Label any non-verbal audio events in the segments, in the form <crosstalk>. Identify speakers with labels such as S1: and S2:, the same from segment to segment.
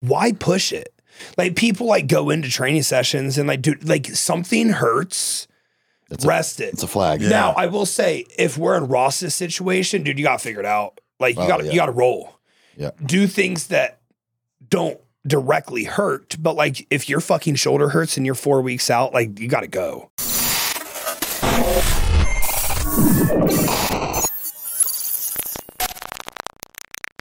S1: why push it? Like people like go into training sessions and like dude, like something hurts.
S2: That's a-
S1: rest it.
S2: It's a flag.
S3: Yeah.
S1: Now I will say, if we're in Ross's situation, dude, you got figured out. Like you
S2: Oh,
S1: got to
S2: yeah.
S1: you got to roll.
S2: Yeah.
S1: Do things that don't directly hurt, but like if your fucking shoulder hurts and you're four weeks out, like you got to go.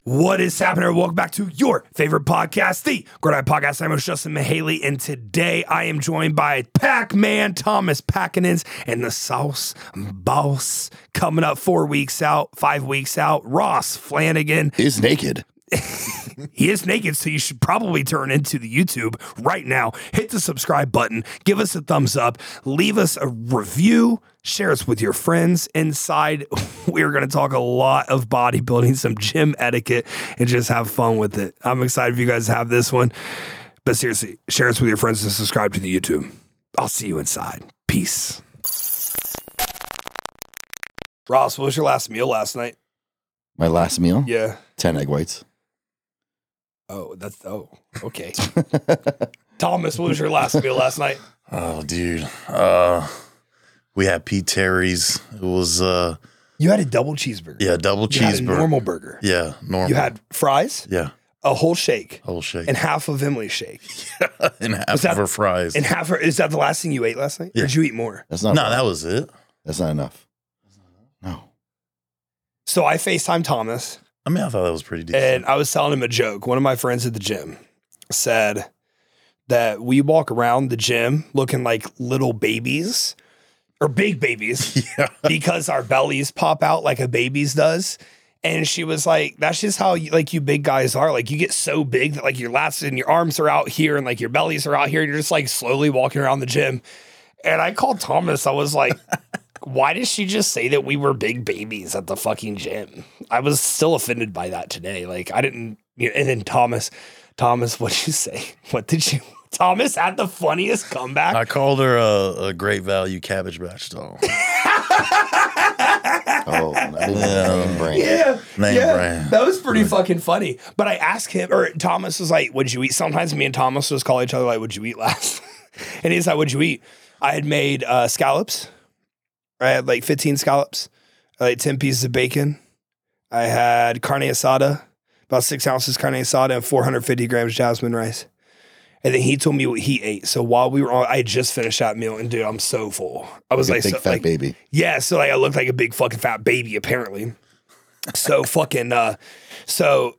S1: What is happening? Welcome back to your favorite podcast, the Great Eye Podcast. I'm your host, Justin Mahaley, and today I am joined by Pac-Man Thomas Packinins and the Sauce Boss. Coming up four weeks out, five weeks out, Ross Flanagan.
S2: He's naked.
S1: He is naked, so you should probably turn into the YouTube right now. Hit the subscribe button, give us a thumbs up, leave us a review, share us with your friends. Inside, <laughs> we're going to talk a lot of bodybuilding, some gym etiquette, and just have fun with it. I'm excited if you guys have this one. But seriously, share us with your friends and subscribe to the YouTube. I'll see you inside. Peace. Ross, what was your last meal last night?
S2: My last meal,
S1: Yeah.
S2: 10 egg whites. <laughs>
S1: Oh, that's oh, okay. Thomas, what was your last meal last night?
S3: Oh, dude. Uh, we had Pete Terry's. It was uh,
S1: <laughs> You had a double cheeseburger.
S3: yeah, double
S1: you had a
S3: cheeseburger.
S1: normal burger.
S3: yeah, normal.
S1: You had fries,
S3: yeah,
S1: a whole shake,
S3: whole shake
S1: and half of Emily's shake,
S3: <laughs> and half
S1: was that-
S3: of her fries.
S1: and half. Her, is that the last thing you ate last night? Or
S3: Yeah.
S1: did you eat more?
S2: That's not,
S3: no, that was it.
S2: that's not enough. No.
S1: So I Facetime Thomas,
S3: I mean, I thought that was pretty decent.
S1: and I was telling him a joke. One of my friends at the gym said that we walk around the gym looking like little babies or big babies.
S3: yeah,
S1: because our bellies pop out like a baby's does. And she was like, that's just how you, like you big guys are. Like you get so big that like your lats and your arms are out here and like your bellies are out here and you're just like slowly walking around the gym. And I called Thomas. I was like, why did she just say that we were big babies at the fucking gym? I was still offended by that today. Like I didn't, you know, and then Thomas, Thomas, what'd you say? <laughs> What did you, Thomas had the funniest comeback.
S3: I called her a, a great value cabbage batch doll. <laughs>
S1: <laughs>
S2: Oh, not even
S3: Yeah.
S2: name brand.
S1: Yeah,
S3: Name
S1: yeah,
S3: brand.
S1: that was pretty fucking funny. But I asked him, or Thomas was like, "Would you eat?" Sometimes me and Thomas just call each other like, "Would you eat last?" <laughs> and he's like, "Would you eat?" I had made uh, scallops. I had like 15 scallops, like 10 pieces of bacon. I had carne asada, about six ounces carne asada, and 450 grams jasmine rice. And then he told me what he ate. So while we were on, I had just finished that meal, and dude, I'm so full. I was
S2: Big,
S1: like,
S2: big
S1: so,
S2: fat
S1: like
S2: baby.
S1: yeah, so like I looked like a big fucking fat baby apparently.
S2: <laughs>
S1: So fucking uh so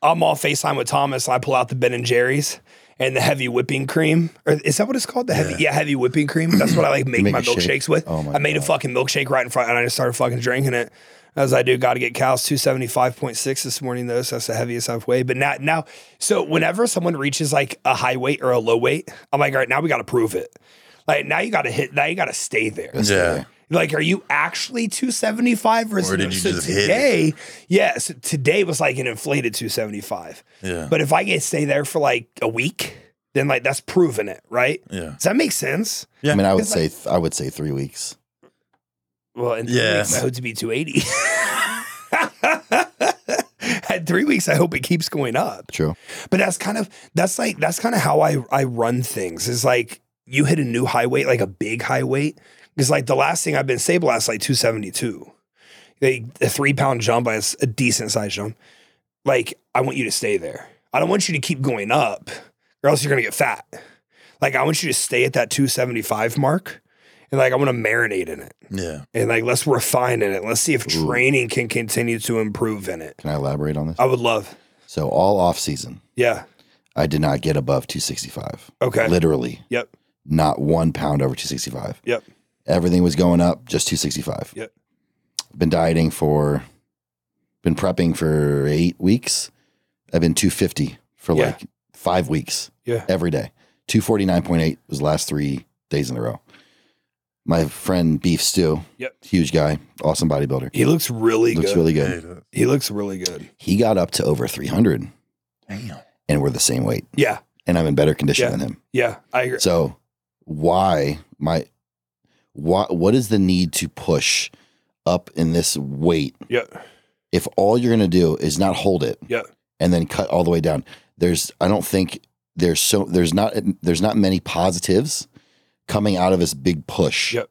S1: I'm on FaceTime with Thomas and I pull out the Ben and Jerry's and the heavy whipping cream. Or is that what it's called? The heavy yeah, heavy whipping cream. That's what I
S2: <clears throat>
S1: like make,
S2: make
S1: my
S2: a shake?
S1: milkshakes with.
S2: Oh my
S1: I made a
S2: God.
S1: fucking milkshake right in front and I just started fucking drinking it. As I do, gotta get Cal's 275.6 this morning though, so that's the heaviest I've weighed. But now now so whenever someone reaches like a high weight or a low weight, I'm like, all right, now we gotta prove it. Like now you gotta hit now you gotta stay there.
S3: yeah,
S1: Like, are you actually 275 or, is-
S3: Or did you
S1: so
S3: just hit it?
S1: today? Yeah, so today was like an inflated 275.
S3: yeah,
S1: But if I get stay there for like a week, then like that's proven it, right?
S3: yeah.
S1: Does that make sense?
S3: Yeah.
S2: I mean, I would
S1: It's
S2: say th- I would say three weeks.
S1: Well, in three
S3: Yeah.
S1: weeks, I hope to be 280. <laughs> At three weeks, I hope it keeps going up.
S2: True.
S1: But that's kind of that's like that's kind of how I I run things. Is like you hit a new high weight, like a big high weight. Because like the last thing I've been stabilized is like 272. They a three pound jump, but it's a decent size jump. Like I want you to stay there. I don't want you to keep going up, or else you're gonna get fat. Like I want you to stay at that 275 mark, and like I want to marinate in it,
S3: yeah.
S1: and like let's refine in it. Let's see if
S2: Ooh.
S1: training can continue to improve in it.
S2: Can I elaborate on this?
S1: I would love,
S2: So all off season,
S1: yeah,
S2: I did not get above 265.
S1: okay,
S2: Literally.
S1: Yep.
S2: Not one pound over 265.
S1: Yep.
S2: Everything was going up, just 265.
S1: Yep.
S2: Been dieting for, been prepping for eight weeks. I've been 250 for
S1: Yeah.
S2: like five weeks
S1: yeah.
S2: every day. 249.8 was the last three days in a row. My friend Beef Stew,
S1: Yep.
S2: huge guy, awesome bodybuilder.
S1: He looks really
S2: Looks
S1: good.
S2: really good.
S3: Hey, that-
S1: he looks really good.
S2: He got up to over 300
S3: Damn.
S2: and we're the same weight.
S1: Yeah,
S2: And I'm in better condition
S1: Yeah.
S2: than him.
S1: yeah, I agree.
S2: So why my why what is the need to push up in this weight
S1: Yeah,
S2: if all you're gonna do is not hold it
S1: yeah,
S2: and then cut all the way down? There's I don't think there's so there's not there's not many positives coming out of this big push.
S1: Yep.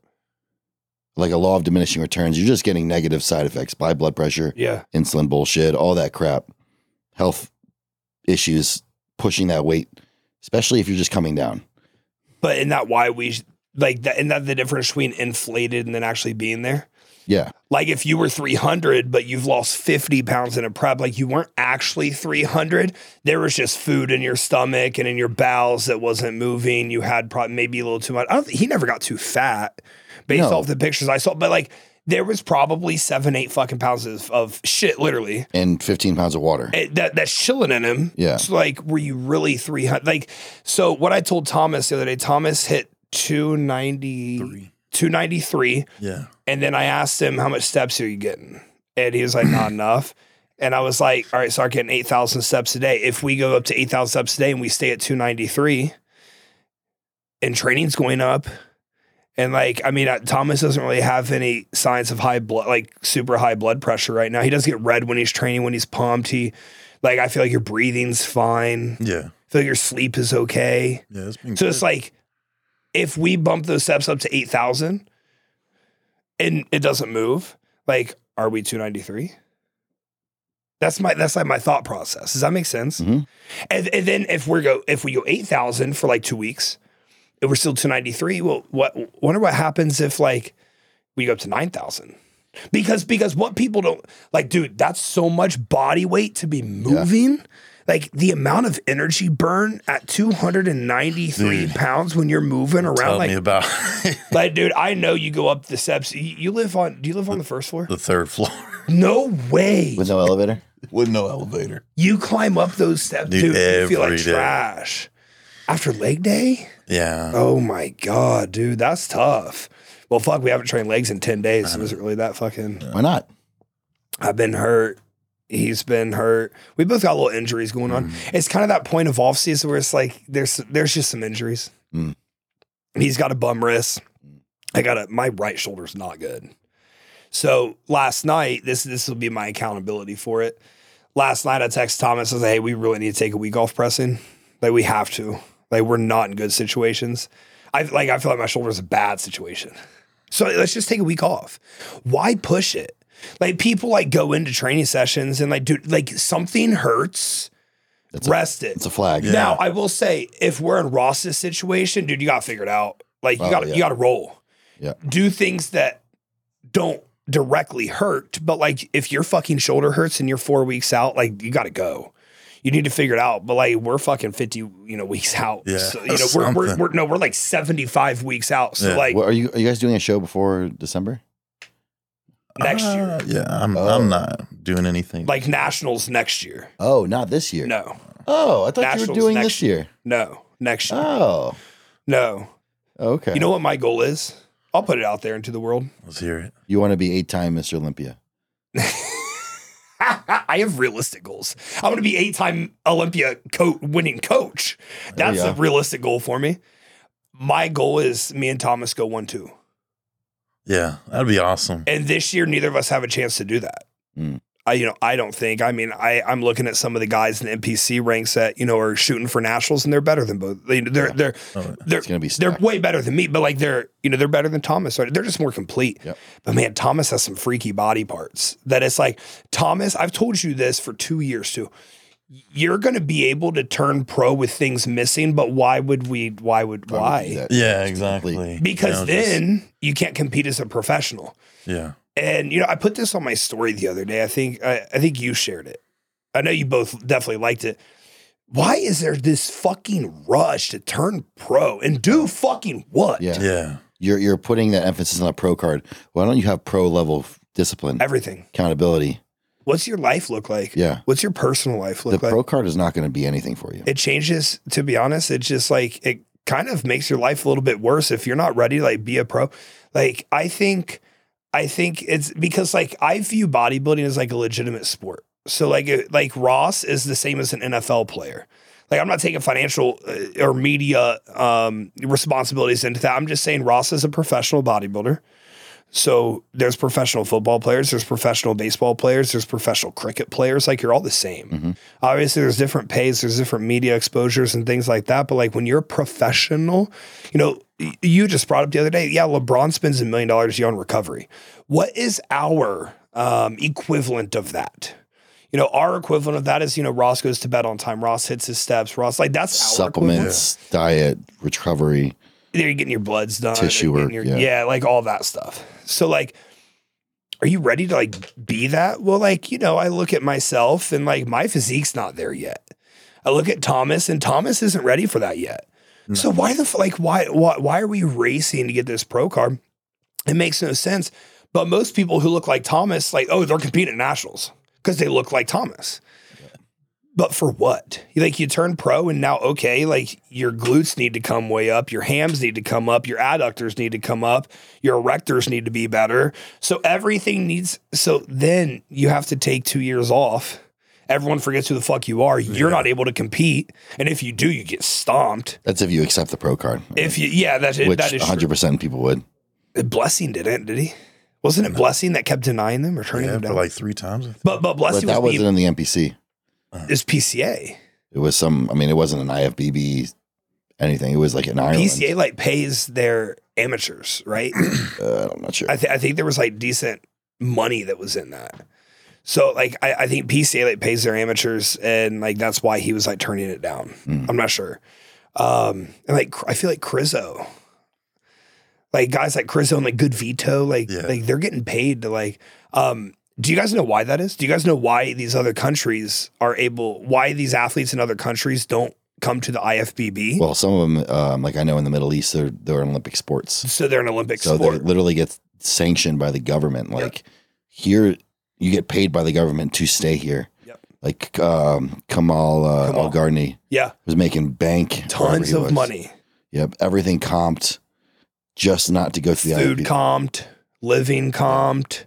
S2: Like a law of diminishing returns, you're just getting negative side effects by blood pressure,
S1: Yeah.
S2: insulin bullshit, all that crap, health issues, pushing that weight, especially if you're just coming down.
S1: But isn't that why we sh- like that? Isn't that the difference between inflated and then actually being there?
S2: Yeah.
S1: Like if you were 300, but you've lost 50 pounds in a prep, like you weren't actually 300. There was just food in your stomach and in your bowels that wasn't moving. You had probably maybe a little too much. I don't think he never got too fat based
S2: No.
S1: off the pictures I saw, but like there was probably seven, eight fucking pounds of, of shit, literally
S2: And 15 pounds of water.
S1: it- Eh, that that's chilling in him.
S2: Yeah.
S1: It's like, were you really 300? Like, so what I told Thomas the other day, Thomas hit 290, 293.
S3: Yeah.
S1: And then I asked him, how much steps are you getting? And he was like, not enough. And I was like, all right, start getting 8,000 steps a day. If we go up to 8,000 steps a day and we stay at 293 and training's going up, and like, I mean, uh, Thomas doesn't really have any signs of high blood, like super high blood pressure right now. He does get red when he's training, when he's pumped. He, like, I feel like your breathing's fine.
S3: Yeah.
S1: I feel like your sleep is okay.
S3: Yeah. It's been
S1: So it's like if we bump those steps up to 8,000 and it doesn't move, like are we 293? That's my that's like my thought process. Does that make sense?
S2: Mhm.
S1: And, and then if we go if we go 8,000 for like 2 weeks and we're still 293, well what wonder what happens if like we go up to 9,000? Because because what people don't like dude, that's so much body weight to be moving like the amount of energy burn at 293
S3: Dude.
S1: pounds when you're moving
S3: tell
S1: around
S3: me
S1: like,
S3: about <laughs>
S1: like dude i know you go up the steps you, you live on do you live on the first floor
S3: the third floor
S1: no way
S2: With no elevator?
S3: <laughs> with no elevator.
S1: you climb up those steps
S3: Dude,
S1: dude, you feel like
S3: every day.
S1: trash after leg day
S3: Yeah.
S1: oh my god dude that's tough well fuck we haven't trained legs in 10 days so it wasn't really that fucking
S2: Why not?
S1: I've been hurt. He's been hurt. We both got little injuries going on.
S3: Mm.
S1: It's kind of that point of off season where it's like there's there's just some injuries.
S2: Mm.
S1: He's got a bum wrist. I got a my right shoulder's not good. So last night, this this will be my accountability for it. Last night I text Thomas, I was like, hey, we really need to take a week off pressing. Like we have to. Like we're not in good situations. I like I feel like my shoulder's a bad situation. So let's just take a week off. Why push it? Like people like go into training sessions and like dude, like something hurts.
S2: That's a-
S1: rest it.
S2: It's a flag.
S3: Yeah.
S1: Now I will say, if we're in Ross's situation, dude, you got figured out. Like you
S2: Oh,
S1: got to
S2: yeah.
S1: you got to roll.
S2: Yeah.
S1: Do things that don't directly hurt, but like if your fucking shoulder hurts and you're four weeks out, like you got to go. You need to figure it out. But like we're fucking fifty, you know, weeks out.
S3: Yeah,
S1: So, you know, we're, we're
S3: something.
S1: we're no, we're like seventy five weeks out. So
S3: Yeah.
S1: like
S2: What, are you are you guys doing a show before December?
S1: next year,
S3: Uh, yeah. I'm
S2: Oh.
S3: I'm not doing anything.
S1: like nationals next year.
S2: Oh, not this year.
S1: No,
S2: Oh, I thought you were
S1: Nationals
S2: doing
S1: next
S2: this year.
S1: no, next year.
S2: Oh,
S1: no.
S2: okay.
S1: You know what my goal is? I'll put it out there into the world.
S3: let's hear it.
S2: you want to be eight time Mr. Olympia.
S1: <laughs> I have realistic goals. I'm going to be eight-time Olympia co- winning coach. That's
S2: There you
S1: a realistic goal for me. My goal is me and Thomas go one-two,
S3: Yeah. That'd be awesome.
S1: and this year neither of us have a chance to do that.
S2: Mm.
S1: I, you know, I don't think. I mean, I I'm looking at some of the guys in the NPC ranks that you know are shooting for nationals, and they're better than both. They, they're they're
S3: Oh,
S1: they're
S2: It's gonna be
S1: they're
S2: stacked.
S1: way better than me, but like they're you know they're better than Thomas. Right? They're just more complete.
S2: Yep.
S1: But man, Thomas has some freaky body parts that it's like Thomas. I've told you this for two years too. You're going to be able to turn pro with things missing, but why would we? Why would
S2: Why would you do
S1: why?
S2: that?
S3: yeah.
S2: It's complete.
S3: Exactly.
S1: Because
S3: You know, just-
S1: then you can't compete as a professional.
S3: yeah.
S1: And you know, I put this on my story the other day. I think I, I think you shared it. I know you both definitely liked it. Why is there this fucking rush to turn pro and do fucking what?
S2: Yeah.
S3: Yeah.
S2: You're you're putting that emphasis on a pro card. Why don't you have pro level f- discipline,
S1: Everything.
S2: accountability?
S1: What's your life look like?
S2: Yeah.
S1: What's your personal life
S2: The
S1: look like?
S2: pro card is not going to be anything for you.
S1: it changes, to be honest. It's just like it kind of makes your life a little bit worse if you're not ready to like be a pro. Like I think I think it's because like I view bodybuilding as like a legitimate sport. So like it- like Ross is the same as an NFL player. Like I'm not taking financial uh, or media um, responsibilities into that. I'm just saying Ross is a professional bodybuilder. So there's professional football players, there's professional baseball players, there's professional cricket players. Like you're all the same.
S2: Mhm.
S1: Obviously, there's different pays, there's different media exposures and things like that. But like when you're professional, you know, y- you just brought up the other day. Yeah, LeBron spends a million dollars a year on recovery. What is our um, equivalent of that? You know, our equivalent of that is you know Ross goes to bed on time, Ross hits his steps, Ross like that's our equivalent
S2: Supplements, diet, recovery.
S1: you're getting your bloods done,
S2: Tissue
S1: you're getting
S2: work,
S1: your, yeah. like all that stuff. So like, are you ready to like be that? Well, like you know, I look at myself and like my physique's not there yet. I look at Thomas and Thomas isn't ready for that yet.
S2: Mm.
S1: So why the f- like why why why are we racing to get this pro card? It makes no sense. But most people who look like Thomas, like oh, they're competing at nationals because they look like Thomas. But for what? You- Like you turn pro and now okay, like your glutes need to come way up, your hams need to come up, your adductors need to come up, your erectors need to be better. So everything needs so then you have to take 2 years off. Everyone forgets who the fuck you are. You're not able to compete, and if you do, you get stomped.
S2: That's if you accept the pro card,
S1: If you yeah, that
S2: which
S1: that is true.
S2: 100% people would.
S1: Blessing didn't, did he? Wasn't it Blessing that kept denying them or turning
S3: yeah,
S1: them
S3: for
S1: down?
S3: like three times. I think.
S1: but but
S2: But
S1: Blessing
S2: that
S1: was,
S2: wasn't in the NPC.
S1: B- is PCA.
S2: It was some, I mean, it wasn't an IFBB anything. It was like an Ireland.
S1: PCA like pays their amateurs, right?
S2: Uh, I'm not sure.
S1: I, th- I think there was like decent money that was in that. So like I, I think PCA like pays their amateurs and like that's why he was like turning it down.
S2: Mm.
S1: I'm not sure. Um and like I feel like Crizzo, like guys like Crizzo and like Good Vito, like
S3: Yeah.
S1: like they're getting paid to like um do you guys know why that is? Do you guys know why these other countries are able why these athletes in other countries don't come to the IFBB?
S2: Well, some of them, um, like I know in the Middle East, they're, they're in Olympic sports.
S1: so they're an Olympic
S2: So they
S1: sport.
S2: literally get sanctioned by the government. Like here, you get paid by the government to stay here.
S1: Yep.
S2: Like um, Kamal, uh,
S1: Kamal.
S2: Al Gardni
S1: Yeah,
S2: was making bank. wherever
S1: tons
S2: he
S1: of
S2: was.
S1: money.
S2: Yep. Everything comped just not to go to the
S1: food
S2: IFBB.
S1: comped, living comped,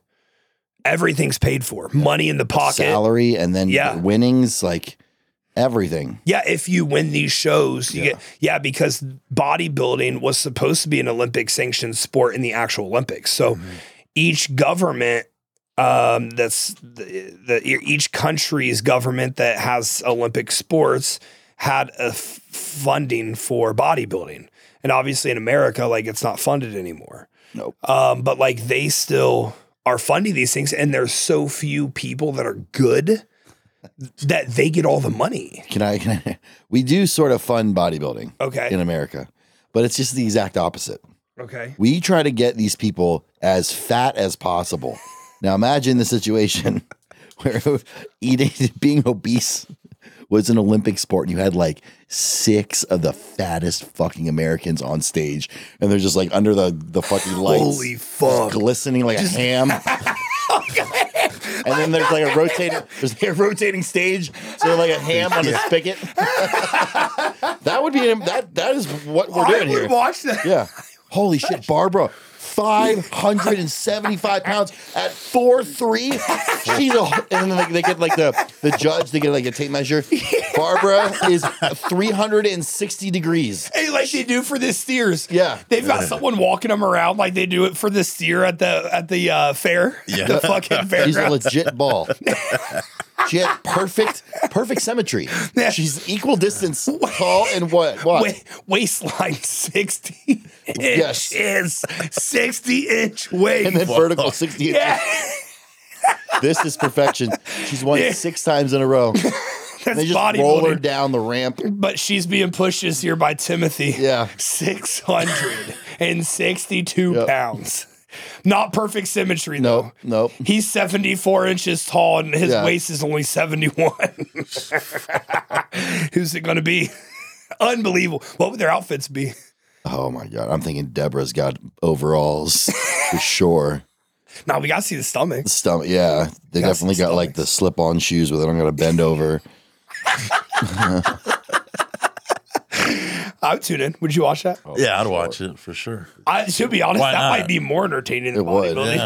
S1: everything's paid for. Money in the pocket.
S2: salary and then
S1: Yeah.
S2: your winnings, like everything.
S1: Yeah, if you win these shows, you
S2: Yeah.
S1: get yeah, because bodybuilding was supposed to be an Olympic sanctioned sport in the actual Olympics. So each government um, that's the, the each country's government that has Olympic sports had a f- funding for bodybuilding, and obviously in America, like it's not funded anymore.
S2: Nope.
S1: Um, but like they still are funding these things, and there's so few people that are good that they get all the money.
S2: Can I, can I? <laughs> We do sort of fund bodybuilding
S1: Okay.
S2: in America, but it's just the exact opposite.
S1: Okay.
S2: We try to get these people as fat as possible. Now imagine the situation <laughs> where eating, <laughs> being obese was an Olympic sport, and you had like six of the fattest fucking Americans on stage, and they're just like under the the fucking lights,
S1: Holy
S2: just
S1: fuck.
S2: glistening like a <laughs> ham. And then there's like a rotating, there's like a rotating stage, so like a ham on a spigot. <laughs> that would be that. That is what we're doing
S1: I
S2: here.
S1: would watch that.
S2: Yeah. Holy shit, Barbara. 575 pounds at four three. She's a, and then like, they get like the the judge, they get like a tape measure. Barbara is 360 degrees.
S1: <laughs> Hey, like they do for the steers.
S2: Yeah.
S1: They've got someone walking them around like they do it for the steer at the at the uh,
S2: <laughs>
S1: fair.
S3: Yeah.
S1: <laughs> The fucking fair.
S2: She's
S1: <laughs>
S2: a legit ball. She had perfect, perfect symmetry. She's equal distance, tall and what? What?
S1: waistline <laughs> 60
S2: Yes.
S1: inches. 60 inch waist.
S2: and then vertical
S1: <laughs>
S2: 60 inches.
S1: yeah.
S2: This is perfection. She's won
S1: Yeah.
S2: six times in
S1: <laughs>
S2: a row.
S1: That's
S2: They just roll her
S1: bodybuilding.
S2: down the ramp.
S1: But she's being pushed this year by Timothy.
S2: Yeah.
S1: 662
S2: Yep.
S1: pounds. Not perfect symmetry,
S2: Nope,
S1: though.
S2: nope.
S1: He's 74 inches tall and his
S2: Yeah.
S1: waist is only 71. <laughs> Who's it going to be? <laughs> Unbelievable. What would their outfits be?
S2: Oh my god, I'm thinking Deborah's got
S1: <laughs>
S2: overalls for sure.
S1: Now we got to see the stomach.
S2: Stomach, yeah, they
S1: Got some
S2: definitely got like the slip-on shoes where they don't got to
S1: <laughs>
S2: bend over.
S1: I would tune in. Would you watch that?
S3: yeah, I'd watch it for
S1: <laughs>
S3: sure.
S1: I should be honest.
S3: Oh. Why
S1: that
S3: not?
S1: might be more entertaining than
S2: It would,
S1: bodybuilding.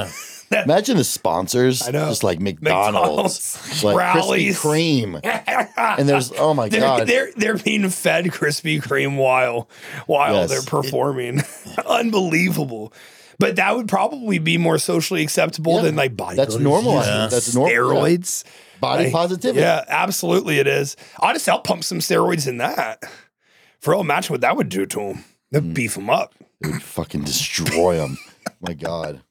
S3: Yeah.
S2: Imagine the sponsors,
S1: I know.
S2: just like McDonald's,
S1: McDonald's,
S2: like Krispy
S1: Rallies.
S2: Kreme,
S1: <laughs>
S2: and there's oh my
S1: They're,
S2: god,
S1: they're they're being fed Krispy Kreme while while
S2: Yes.
S1: they're performing. <laughs> Unbelievable. But that would probably be more socially acceptable
S2: Yeah.
S1: than like bodybuilding.
S2: That's normal.
S3: Yeah.
S2: That's normal.
S1: Steroids.
S2: Body
S1: Like,
S2: positivity.
S1: Yeah, absolutely it is. Honestly, I'll pump some steroids in that. For all match what that would do to him. That'd beef him up.
S2: It would <laughs> fucking destroy them. My God.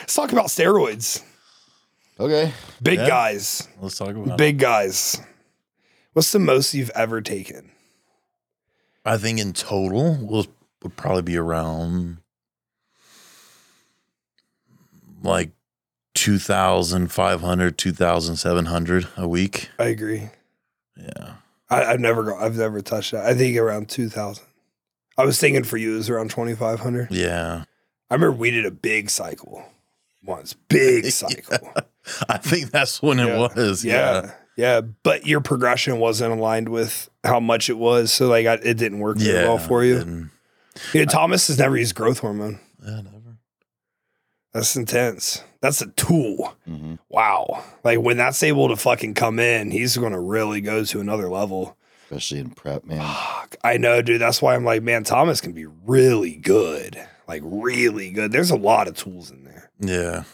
S1: Let's talk about steroids.
S2: Okay.
S1: Big
S3: Yeah.
S1: guys.
S3: Let's talk about. it.
S1: Big guys. What's the most you've ever taken?
S3: I think in total will would probably be around like 2,500, 2,700 a week.
S1: I agree.
S3: Yeah.
S1: I, I've never go, I've never touched that. I think around two thousand. I was thinking for you it was around twenty five hundred.
S3: Yeah.
S1: I remember we did a big cycle once. Big cycle.
S3: I think that's when it
S1: Yeah.
S3: was.
S1: yeah.
S3: Yeah.
S1: yeah. but your progression wasn't aligned with how much it was, so like I, it didn't work very
S3: Yeah.
S1: well for you.
S3: and-
S1: Yeah, Thomas has never used growth hormone.
S3: yeah, never.
S1: That's intense. That's a tool.
S2: hmm
S1: Wow. Like when that's able to fucking come in, he's going to really go to another level.
S2: Especially in prep, man.
S1: Fuck. I know, dude. That's why I'm like, man, Thomas can be really good. Like really good. There's a lot of tools in there.
S3: Yeah.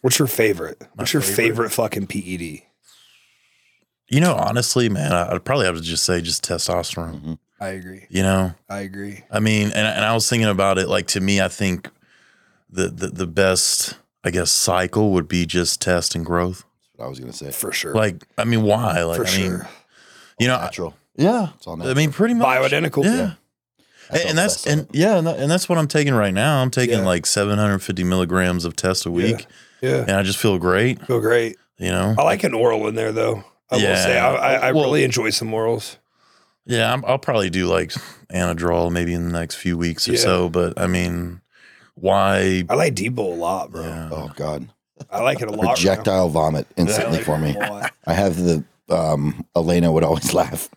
S1: What's your favorite? What's your favorite,
S3: favorite?
S1: fucking E PED?
S3: You know, honestly, man, I- I'd probably have to just say just testosterone.
S2: Mhm.
S1: I agree.
S3: You know,
S1: I agree.
S3: I mean, and, and I was thinking about it. Like to me, I think the, the the best, I guess, cycle would be just test and growth.
S2: That's what I was gonna say.
S1: For sure.
S3: Like, I mean, why? Like,
S1: For
S3: I
S1: sure.
S3: mean, you know, I,
S2: Natural.
S3: yeah.
S2: It's all natural.
S3: I mean, pretty much.
S1: Bioidentical.
S3: Yeah. And, and that's and yeah, and, that, and that's what I'm taking right now. I'm taking
S1: Yeah.
S3: like 750 milligrams of test a week,
S1: Yeah.
S3: and I just feel great.
S1: Feel great.
S3: You know,
S1: I like an oral in there though. I will
S3: Yeah.
S1: say I, I, I
S3: Well-
S1: really enjoy some orals.
S3: yeah, I'm, I'll probably do like Anadrol maybe in the next few weeks or
S1: Yeah.
S3: so. But I mean, why?
S1: I like Debo a lot, bro.
S3: Yeah.
S2: oh god.
S1: I like it a lot. right now.
S2: Projectile vomit
S1: I
S2: instantly
S1: like
S2: for
S1: it <laughs>
S2: me.
S1: a lot.
S2: I have the um Elena would <laughs> always laugh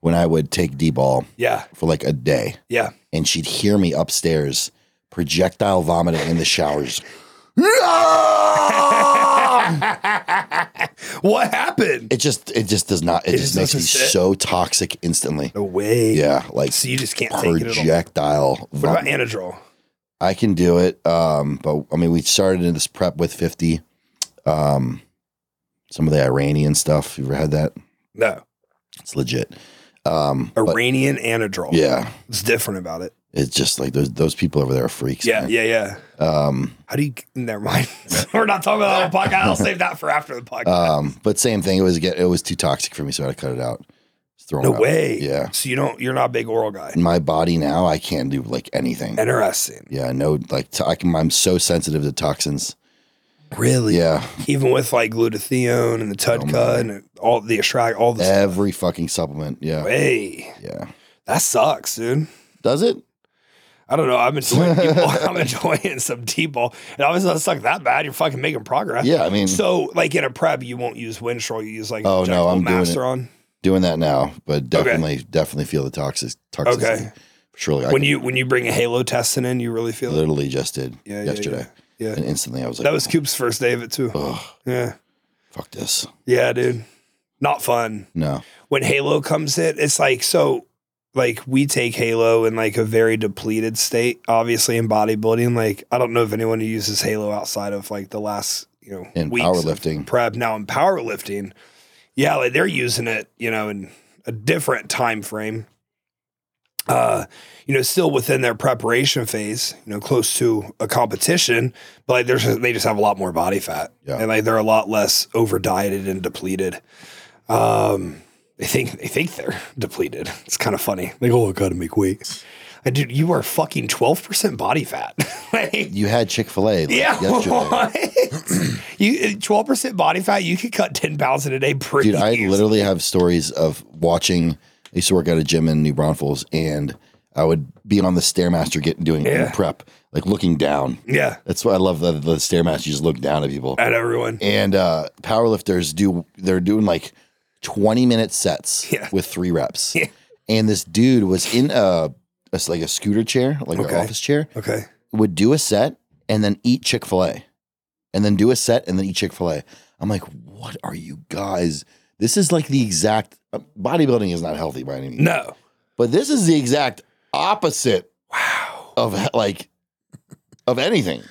S2: when I would take D ball
S1: Yeah,
S2: for like a day.
S1: yeah.
S2: and she'd hear me upstairs projectile vomiting in the showers.
S1: <laughs> what happened?
S2: It just it just does not it,
S1: It
S2: just,
S1: just
S2: makes me
S1: doesn't sit.
S2: so toxic instantly.
S1: No way.
S2: Yeah, like
S1: So you just can't take it at all.
S2: projectile
S1: What about
S2: vomit.
S1: Anadrol?
S2: I can do it. Um, but I mean we started in this prep with 50. Um some of the Iranian stuff. You ever had that?
S1: No,
S2: It's legit. Um but
S1: Iranian Anadrol.
S2: yeah.
S1: it's different about it.
S2: It's just like those those people over there are freaks.
S1: Yeah,
S2: man.
S1: yeah, yeah.
S2: Um
S1: How do you? Never mind. <laughs> We're not talking about that on
S2: <laughs>
S1: the podcast. I'll save that for after the podcast.
S2: um but same thing. It was get it was too toxic for me, so I had to cut it out. It's thrown
S1: no
S2: up.
S1: way.
S2: Uh, Yeah.
S1: So you don't. You're not a big oral guy.
S2: my body now i can't do like anything
S1: Interesting.
S2: yeah no like to- I can, i'm so sensitive to toxins
S1: Really?
S2: yeah
S1: Even with like glutathione and the
S2: Oh,
S1: Tudka and all the extract, all the
S2: every fucking supplement yeah
S1: way.
S2: yeah
S1: That sucks, dude.
S2: does it
S1: I don't know. I'm
S2: <laughs>
S1: enjoying people. <laughs> I'm enjoying some T-ball. And obviously, it's not that bad. You're fucking making progress.
S2: yeah i mean
S1: So, like in a prep, you won't use Winstrol. You use like
S2: Oh, no,
S1: injectable
S2: I'm doing it.
S1: Masteron.
S2: doing that now but definitely definitely feel the toxic toxicity
S1: Okay.
S2: surely I
S1: When
S2: can-
S1: you when you bring a Halo testing in, you really feel it.
S2: literally just did
S1: Yeah, yeah,
S2: yesterday
S1: yeah. Yeah.
S2: and instantly i was like
S1: That was Coop's first day of it
S2: <laughs>
S1: too.
S2: oh
S1: Yeah,
S2: fuck this
S1: yeah, dude. Not fun.
S2: no
S1: when Halo comes in, it's like so like we take Halo in like a very depleted state, obviously in bodybuilding. Like I don't know if anyone who uses Halo outside of like the last, you know,
S2: in
S1: weeks of
S2: powerlifting
S1: prep now in powerlifting. Yeah, like they're using it, you know, in a different time frame. Uh, you know, still within their preparation phase, you know, close to a competition, but like there's they just have a lot more body fat.
S2: Yeah.
S1: And like they're a lot less over dieted and depleted. Um they think they think they're <laughs> depleted. It's kind of funny. Like, oh I gotta make weight. Like, dude, you are fucking twelve percent body fat. <laughs> like,
S2: you had chick-fil-a like,
S1: yeah, <laughs>
S2: yesterday
S1: what? you twelve percent body fat. You could cut ten pounds in a day pretty
S2: Dude, I
S1: easy.
S2: literally have stories of watching. I used to work at a gym in New Braunfels, and I would be on the stairmaster getting doing
S1: Yeah.
S2: prep, like looking down.
S1: yeah,
S2: That's why I love the, the stairmaster. You just look down at people,
S1: at everyone.
S2: and uh, powerlifters do. They're doing like twenty minute sets
S3: <laughs>
S1: Yeah.
S2: with three reps,
S1: Yeah.
S2: and this dude was in a, a s- like a scooter chair, like
S1: Okay.
S2: an office chair,
S1: Okay,
S2: would do a set and then eat Chick fil A, and then do a set and then eat Chick fil A. I'm like, what are you guys? This is like the exact uh, bodybuilding is not healthy by any means,
S1: no,
S2: but this is the exact opposite
S1: wow,
S2: of he- like of anything.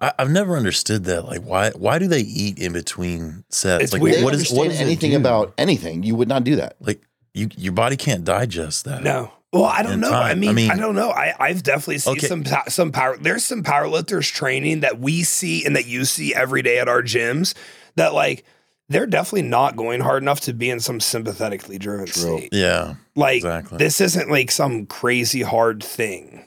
S3: I, I've never understood that. Like, why why do they eat in between sets?
S1: It's
S3: like,
S1: weird.
S2: They
S3: what
S2: don't
S3: is
S2: understand
S3: what is
S2: anything about anything. You would not do that.
S3: Like, you your body can't digest that.
S1: No. Well, I don't
S3: in
S1: know. I
S3: time. I
S1: mean, I
S3: mean-
S1: don't know. I, I've definitely seen
S3: Okay.
S1: some pa- some power. There's some powerlifters training that we see and that you see every day at our gyms that like they're definitely not going hard enough to be in some sympathetically driven
S2: True.
S1: state.
S3: Yeah.
S1: Like
S3: Exactly.
S1: this isn't like some crazy hard thing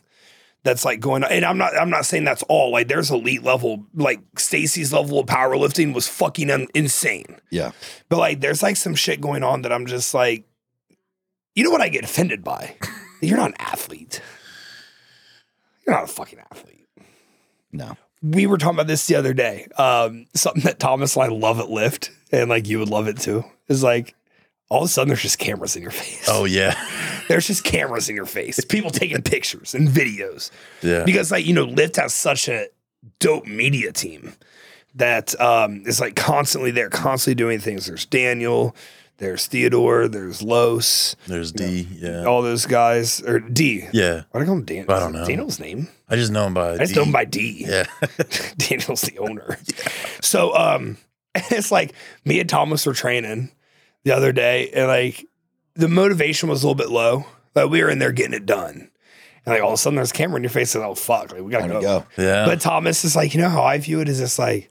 S1: that's like going on. And I'm not I'm not saying that's all. Like there's elite level like Stacy's level of powerlifting was fucking un- insane.
S2: Yeah.
S1: But like, there's like some shit going on that I'm just like, you know what I get offended by? You're not an athlete. You're not a fucking athlete.
S2: No.
S1: We were talking about this the other day. Um, something that Thomas and I love at Lyft, and like you would love it too, is like all of a sudden there's just cameras in your face. <laughs>
S3: Oh yeah.
S1: there's just cameras in your face. People taking pictures and videos
S3: Yeah.
S1: because like you know lyft has such a dope media team that um is like constantly there constantly doing things there's daniel there's theodore there's los
S3: There's D. Yeah.
S1: all those guys or d
S3: Yeah.
S1: why do i call him daniel
S3: I don't know.
S1: daniel's name
S3: I just know him by.
S1: i just know him by d
S3: Yeah. <laughs>
S1: <laughs> daniel's the owner so um <laughs> it's like me and thomas were training the other day and like the motivation was a little bit low but we were in there getting it done and like all of a sudden there's a camera in your face and oh fuck like we gotta go.
S2: Time to go.
S3: yeah.
S1: But Thomas is like, you know how I view it is just like,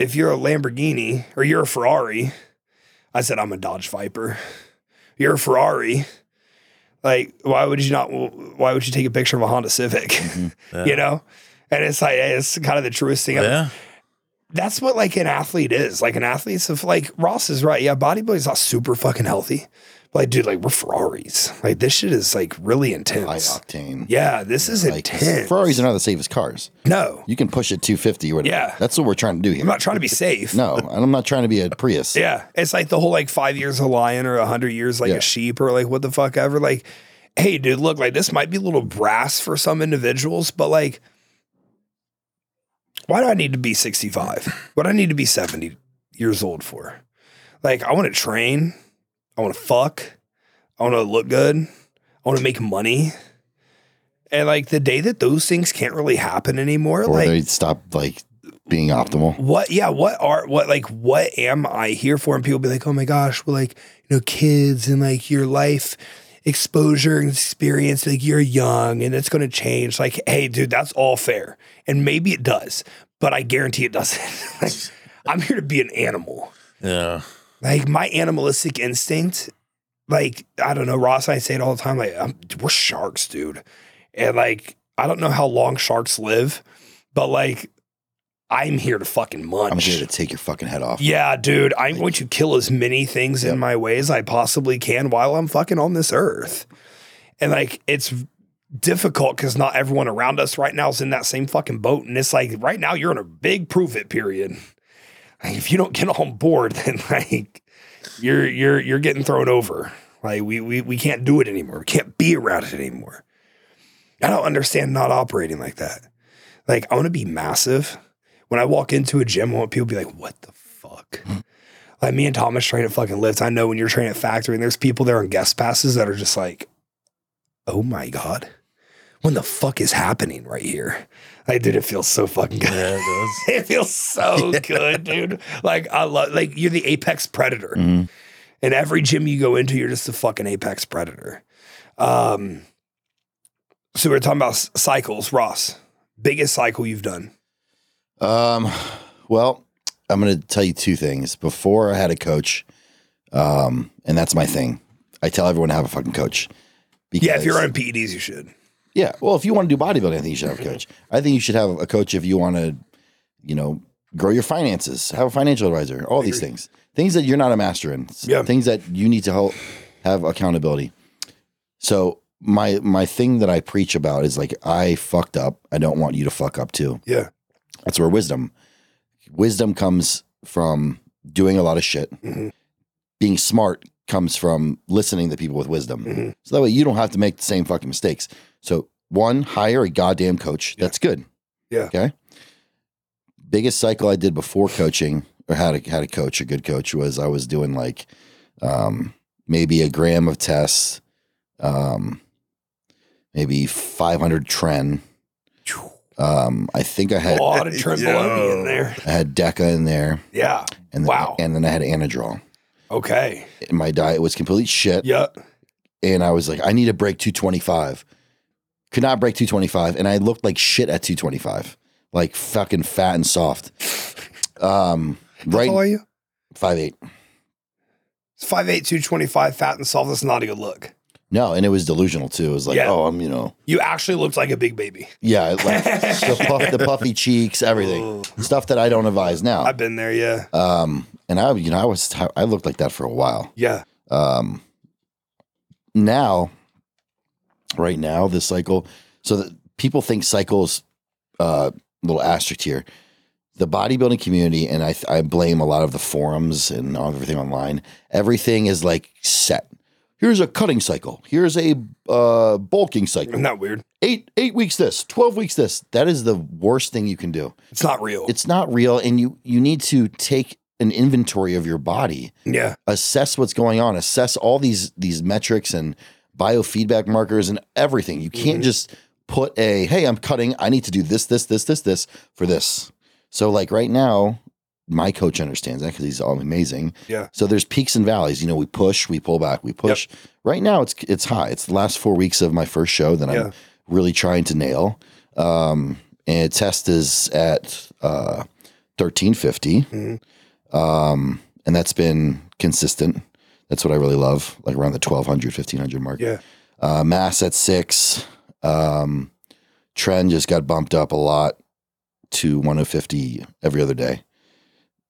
S1: if you're a Lamborghini or you're a Ferrari, I said I'm a Dodge Viper. You're a Ferrari. Like, why would you not? Why would you take a picture of a Honda Civic?
S3: yeah.
S1: You know, and it's like it's kind of the truest thing. ever.
S3: Yeah.
S1: That's what like an athlete is. Like an athlete's of like Ross is right. Yeah, bodybuilding's not super fucking healthy. But like, dude, like we're Ferraris. Like this shit is like really
S2: High
S1: intense.
S2: octane.
S1: Yeah, this is
S2: Like
S1: intense.
S2: Ferraris are not the safest cars.
S1: No,
S2: You can push it 250 or whatever.
S1: Yeah.
S2: That's what we're trying to do here.
S1: I'm not trying to be safe.
S2: no, and I'm not trying to be a Prius.
S1: Yeah. It's like the whole like five years a lion or a hundred years like
S2: Yeah.
S1: a sheep or like what the fuck ever. Like, hey, dude, look, like this might be a little brass for some individuals, but like, why do I need to be 65? What do I need to be 70 years old for? Like, I want to train. I want to fuck. I want to look good. I want to make money. And like the day that those things can't really happen anymore,
S2: Or
S1: like
S2: they stop like being optimal.
S1: what yeah what are what like what am i here for and people be like oh my gosh well like you know kids and like your life exposure and experience like you're young and it's going to change like hey dude that's all fair and maybe it does but i guarantee it doesn't <laughs> like, i'm here to be an animal <laughs>
S3: Yeah.
S1: like my animalistic instinct like i don't know ross and i say it all the time like um we're sharks dude and like i don't know how long sharks live but like i'm here to fucking munch
S2: I'm here to take your fucking head off.
S1: yeah, dude, I'm going to kill as many things
S2: Yep.
S1: in my way as I possibly can while I'm fucking on this earth. And like, it's difficult because not everyone around us right now is in that same fucking boat. And it's like, right now, you're in a big prove it period. Like, if you don't get on board, <laughs> then like, you're you're you're getting thrown over. Like, we we we can't do it anymore. We can't be around it anymore. I don't understand not operating like that. Like, I want to be massive when I walk into a gym, I want people to be like, what the fuck? like me and Thomas train at fucking Lyft. I know when you're training at Factory and there's people there on guest passes that are just like, oh my God, when the fuck is happening right here? Like, dude, it feels so fucking <laughs> good.
S3: Yeah. It does.
S1: it feels so good, dude. Like, I love, like, you're the apex predator.
S2: Mhm.
S1: And every gym you go into, you're just a fucking apex predator. Um, so we we're talking about s- cycles, Ross. Biggest cycle you've done.
S2: Um, well, I'm going to tell you two things. Before I had a coach, um, and that's my thing. I tell everyone to have a fucking coach.
S1: Yeah, if you're
S2: because-
S1: on PEDs, you should.
S2: Yeah. Well, if you want to do bodybuilding, I think you should have a coach. I think you should have a coach if you want to, you know, grow your finances, have a financial advisor, all these things. Things that you're not a master in. s-
S1: Yeah.
S2: Things that you need to help have accountability. So my my thing that I preach about is like I fucked up. I don't want you to fuck up too.
S1: Yeah.
S2: That's where wisdom. Wisdom comes from doing a lot of shit.
S1: Mhm.
S2: Being smart comes from listening to people with wisdom.
S1: Mhm.
S2: So that way you don't have to make the same fucking mistakes. So one, hire a goddamn coach.
S1: Yeah.
S2: That's good.
S1: Yeah.
S2: Okay. Biggest cycle I did before coaching or had a had a coach, a good coach, was I was doing like um maybe a gram of tests, um, maybe five hundred tren, Um, I think I
S1: mm-hmm. A
S2: had
S1: lot of trenbolone in there.
S2: <laughs> I had Deca in there,
S1: Yeah.
S2: and then,
S1: Wow.
S2: and then I had Anadrol.
S1: Okay.
S2: My diet was complete shit,
S1: Yep.
S2: and I was like, I need to break 225. Could not break 225, and I looked like shit at 225, like fucking fat and soft. Um,
S1: How tall are
S2: right,
S1: you?
S2: five eight.
S1: It's 5'8", 225, fat and soft. That's not a good look.
S2: No, and it was delusional too. It was like,
S1: Yeah.
S2: oh, I'm, you know,
S1: You actually looked like a big baby.
S2: yeah, it
S1: <laughs>
S2: like, the, puff, the puffy cheeks, everything,
S1: Ugh.
S2: stuff that I don't advise now.
S1: <laughs> I've been there. Yeah.
S2: Um, and I, you know, I was, I looked like that for a while.
S1: Yeah.
S2: Um, now, right now, this cycle, so that people think cycles, uh, little asterisk here, the bodybuilding community, and I, I blame a lot of the forums and all everything online. Everything is like set. Here's a cutting cycle. Here's a uh, bulking cycle.
S1: Isn't that weird?
S2: eight eight weeks this 12 weeks this that is the worst thing you can do
S1: It's not real.
S2: it's not real and you you need to take an inventory of your body
S1: yeah.
S2: assess what's going on assess all these these metrics and biofeedback markers and everything you can't
S1: Mhm.
S2: just put a hey i'm cutting i need to do this this this this this for this so like right now my coach understands that because he's all amazing
S1: Yeah.
S2: so there's peaks and valleys you know we push we pull back we push right now it's it's high it's the last four weeks of my first show that
S1: Yeah.
S2: i'm really trying to nail um and test is at uh 1350
S1: Mhm.
S2: um, and that's been consistent. That's what I really love, like around the 1200, 1500 mark.
S1: Yeah.
S2: Uh, mass at six. Um, trend just got bumped up a lot to 150 every other day.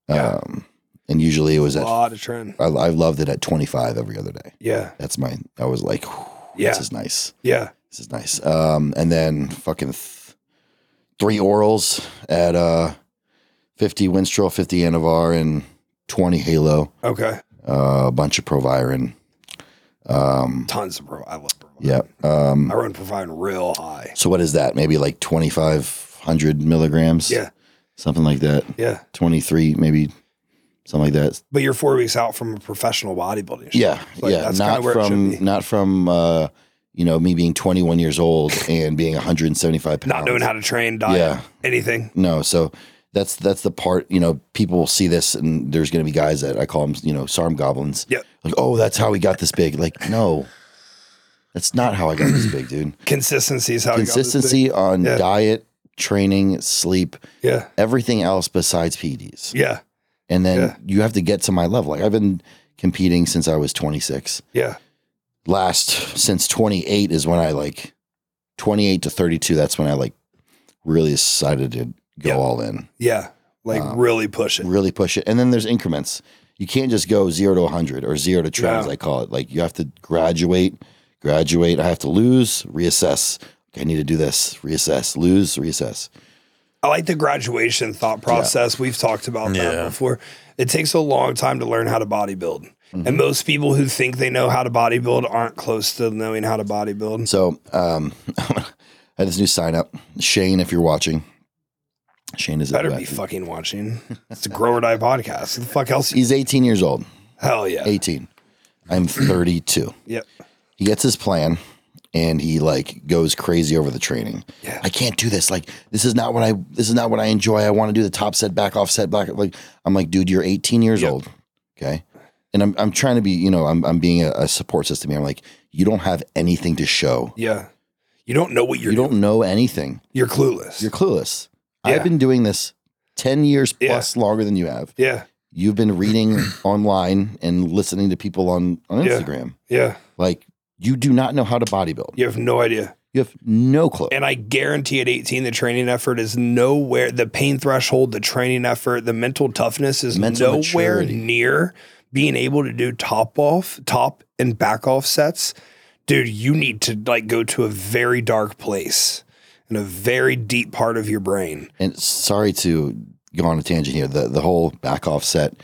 S1: Yeah.
S2: Um, and usually it was
S1: A
S2: at,
S1: lot of trend.
S2: I, I loved it at 25 every other day.
S1: Yeah.
S2: That's my, I was like, "Whew,
S1: Yeah.
S2: this is nice.
S1: Yeah.
S2: This is nice. Um, and then fucking th- three orals at uh, 50 Winstrol, 50 Anavar, and 20 Halo,
S1: Okay.
S2: uh, a bunch of Proviron. Um,
S1: Tons of pro. I love pro.
S2: yeah.
S1: I
S2: Um,
S1: run Provine real high.
S2: so what is that? Maybe like 2,500 milligrams?
S1: Yeah.
S2: Something like that.
S1: Yeah.
S2: 23, maybe something like that.
S1: But you're four weeks out from a professional bodybuilding. show.
S2: Yeah.
S1: Like,
S2: yeah.
S1: that's
S2: Not
S1: kinda where it should
S2: from,
S1: be.
S2: not from, uh, you know, me being 21 years old <laughs> and being 175 pounds.
S1: Not knowing how to train, diet,
S2: Yeah.
S1: anything.
S2: no so that's that's the part you know people will see this and there's going to be guys that i call them you know sarm goblins
S1: Yep.
S2: like oh that's how we got this big like no that's not how i got this big dude
S1: Consistency is how I got this big.
S2: consistency on
S1: Yeah.
S2: diet training sleep
S1: Yeah.
S2: everything else besides pds
S1: Yeah.
S2: and then
S1: Yeah.
S2: you have to get to my level like i've been competing since i was 26
S1: Yeah.
S2: last since 28 is when i like 28 to 32 that's when i like really decided to go
S1: Yeah.
S2: all in
S1: Yeah. Like
S2: Um,
S1: really push it.
S2: really push it. And then there's increments. You can't just go zero to 100 or zero to trends,
S1: Yeah.
S2: I call it. Like you have to graduate, graduate. I have to lose, reassess. Okay, I need to do this, reassess, lose, reassess.
S1: I like the graduation thought process. We've talked about
S3: Yeah.
S1: that before. It takes a long time to learn how to bodybuild.
S2: Mm-hmm.
S1: And most people who think they know how to bodybuild aren't close to knowing how to bodybuild.
S2: So um, <laughs> I had this new sign up. Shane, if you're watching, Shane is
S1: Better be fucking watching. It's the Grower Die podcast. What the fuck
S2: <laughs>
S1: else?
S2: He's 18 years old,
S1: Hell yeah.
S2: 18.
S1: <clears throat>
S2: I'm 32.
S1: Yep.
S2: he gets his plan and he like goes crazy over the training.
S1: Yeah.
S2: I can't do this. Like this is not what I this is not what I enjoy. I want to do the top set, back off set, back like I'm like, dude, you're 18 years
S1: Yep.
S2: old. Okay. And I'm I'm trying to be, you know, I'm I'm being a, a support system here. I'm like, you don't have anything to show.
S1: Yeah. You don't know what
S2: You're
S1: you're
S2: you do
S1: doing.
S2: not know anything.
S1: You're clueless.
S2: You're clueless.
S1: Yeah.
S2: I've been doing this 10 years
S1: Yeah.
S2: plus longer than you have.
S1: yeah.
S2: You've been
S1: <clears throat>
S2: reading online and listening to people on, on
S1: Yeah.
S2: Instagram.
S1: Yeah.
S2: Like you do not know how to bodybuild.
S1: You have no idea.
S2: You have no clue.
S1: And I guarantee at 18, the training effort is nowhere, the pain threshold, the training effort, the mental toughness is
S2: Mental
S1: nowhere
S2: maturity.
S1: near being able to do top off, top and back off sets. Dude, you need to like go to a very dark place in a very deep part of your brain.
S2: And sorry to go on a tangent here. The the whole back off set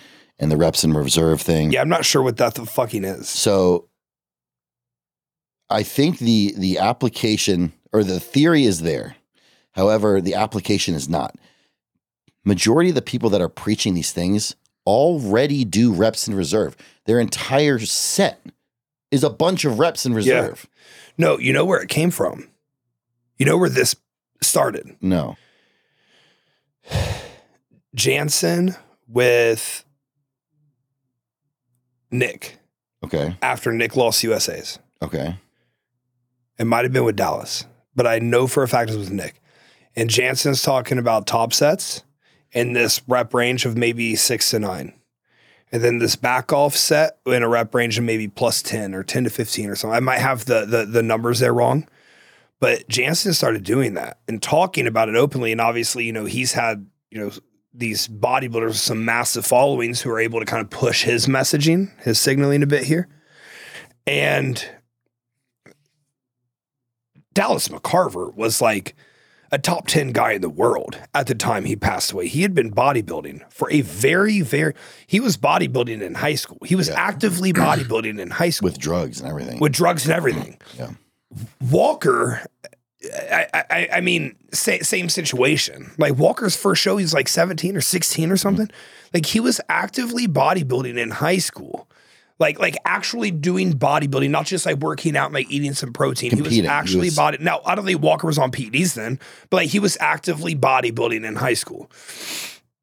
S2: and the reps in reserve thing.
S1: Yeah, I'm not sure what that the fucking is.
S2: So I think the the application or the theory is there. However, the application is not. Majority of the people that are preaching these things already do reps in reserve. Their entire set is a bunch of reps in reserve.
S1: No, you know where it came from. You know where this started.
S2: No.
S1: Jansen with Nick
S2: Okay.
S1: after Nick lost USA's.
S2: Okay.
S1: It might have been with Dallas, but I know for a fact it was Nick. And Jansen's talking about top sets in this rep range of maybe six to nine. And then this back off set in a rep range of maybe plus 10 or 10 to 15 or something. I might have the the, the numbers there wrong. But Jansen started doing that and talking about it openly. And obviously, you know, he's had, you know, these bodybuilders with some massive followings who are able to kind of push his messaging, his signaling a bit here. And Dallas McCarver was like a top 10 guy in the world at the time he passed away. He had been bodybuilding for a very, very, he was bodybuilding in high school. He was
S2: Yeah.
S1: actively bodybuilding in high school
S2: With drugs and everything.
S1: with drugs and everything.
S2: Yeah.
S1: Walker, I, I- I, I mean, sa- same situation. Like Walker's first show, he's like 17 or 16 or something. Like he was actively bodybuilding in high school. Like, like actually doing bodybuilding, not just like working out and like eating some protein. He
S2: Competing.
S1: was
S2: He
S1: actually
S2: was-
S1: body. Now, I don't think Walker was on PEDs then, but like he was actively bodybuilding in high school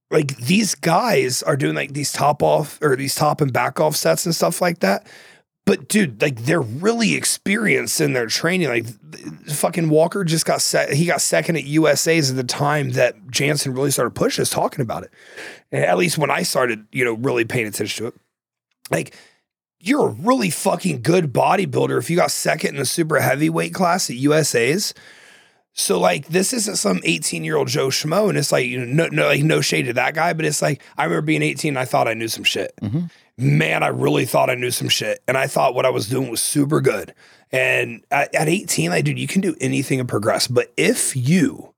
S1: like these guys are doing like these top off or these top and back off sets and stuff like that. But dude, like they're really experienced in their training. Like th- fucking Walker just got set. He got second at USA's at the time that Jansen really started pushing us talking about it. And at least when I started, you know, really paying attention to it. Like you're a really fucking good bodybuilder if you got second in the super heavyweight class at USA's. So like this isn't some 18 year old Joe Schmo, and it's like you know no, no like no shade to that guy, but it's like I remember being 18, and I thought I knew some shit.
S2: Mhm.
S1: Man, I really thought I knew some shit, and I thought what I was doing was super good. And at, at 18, like dude, you can do anything and progress, but if you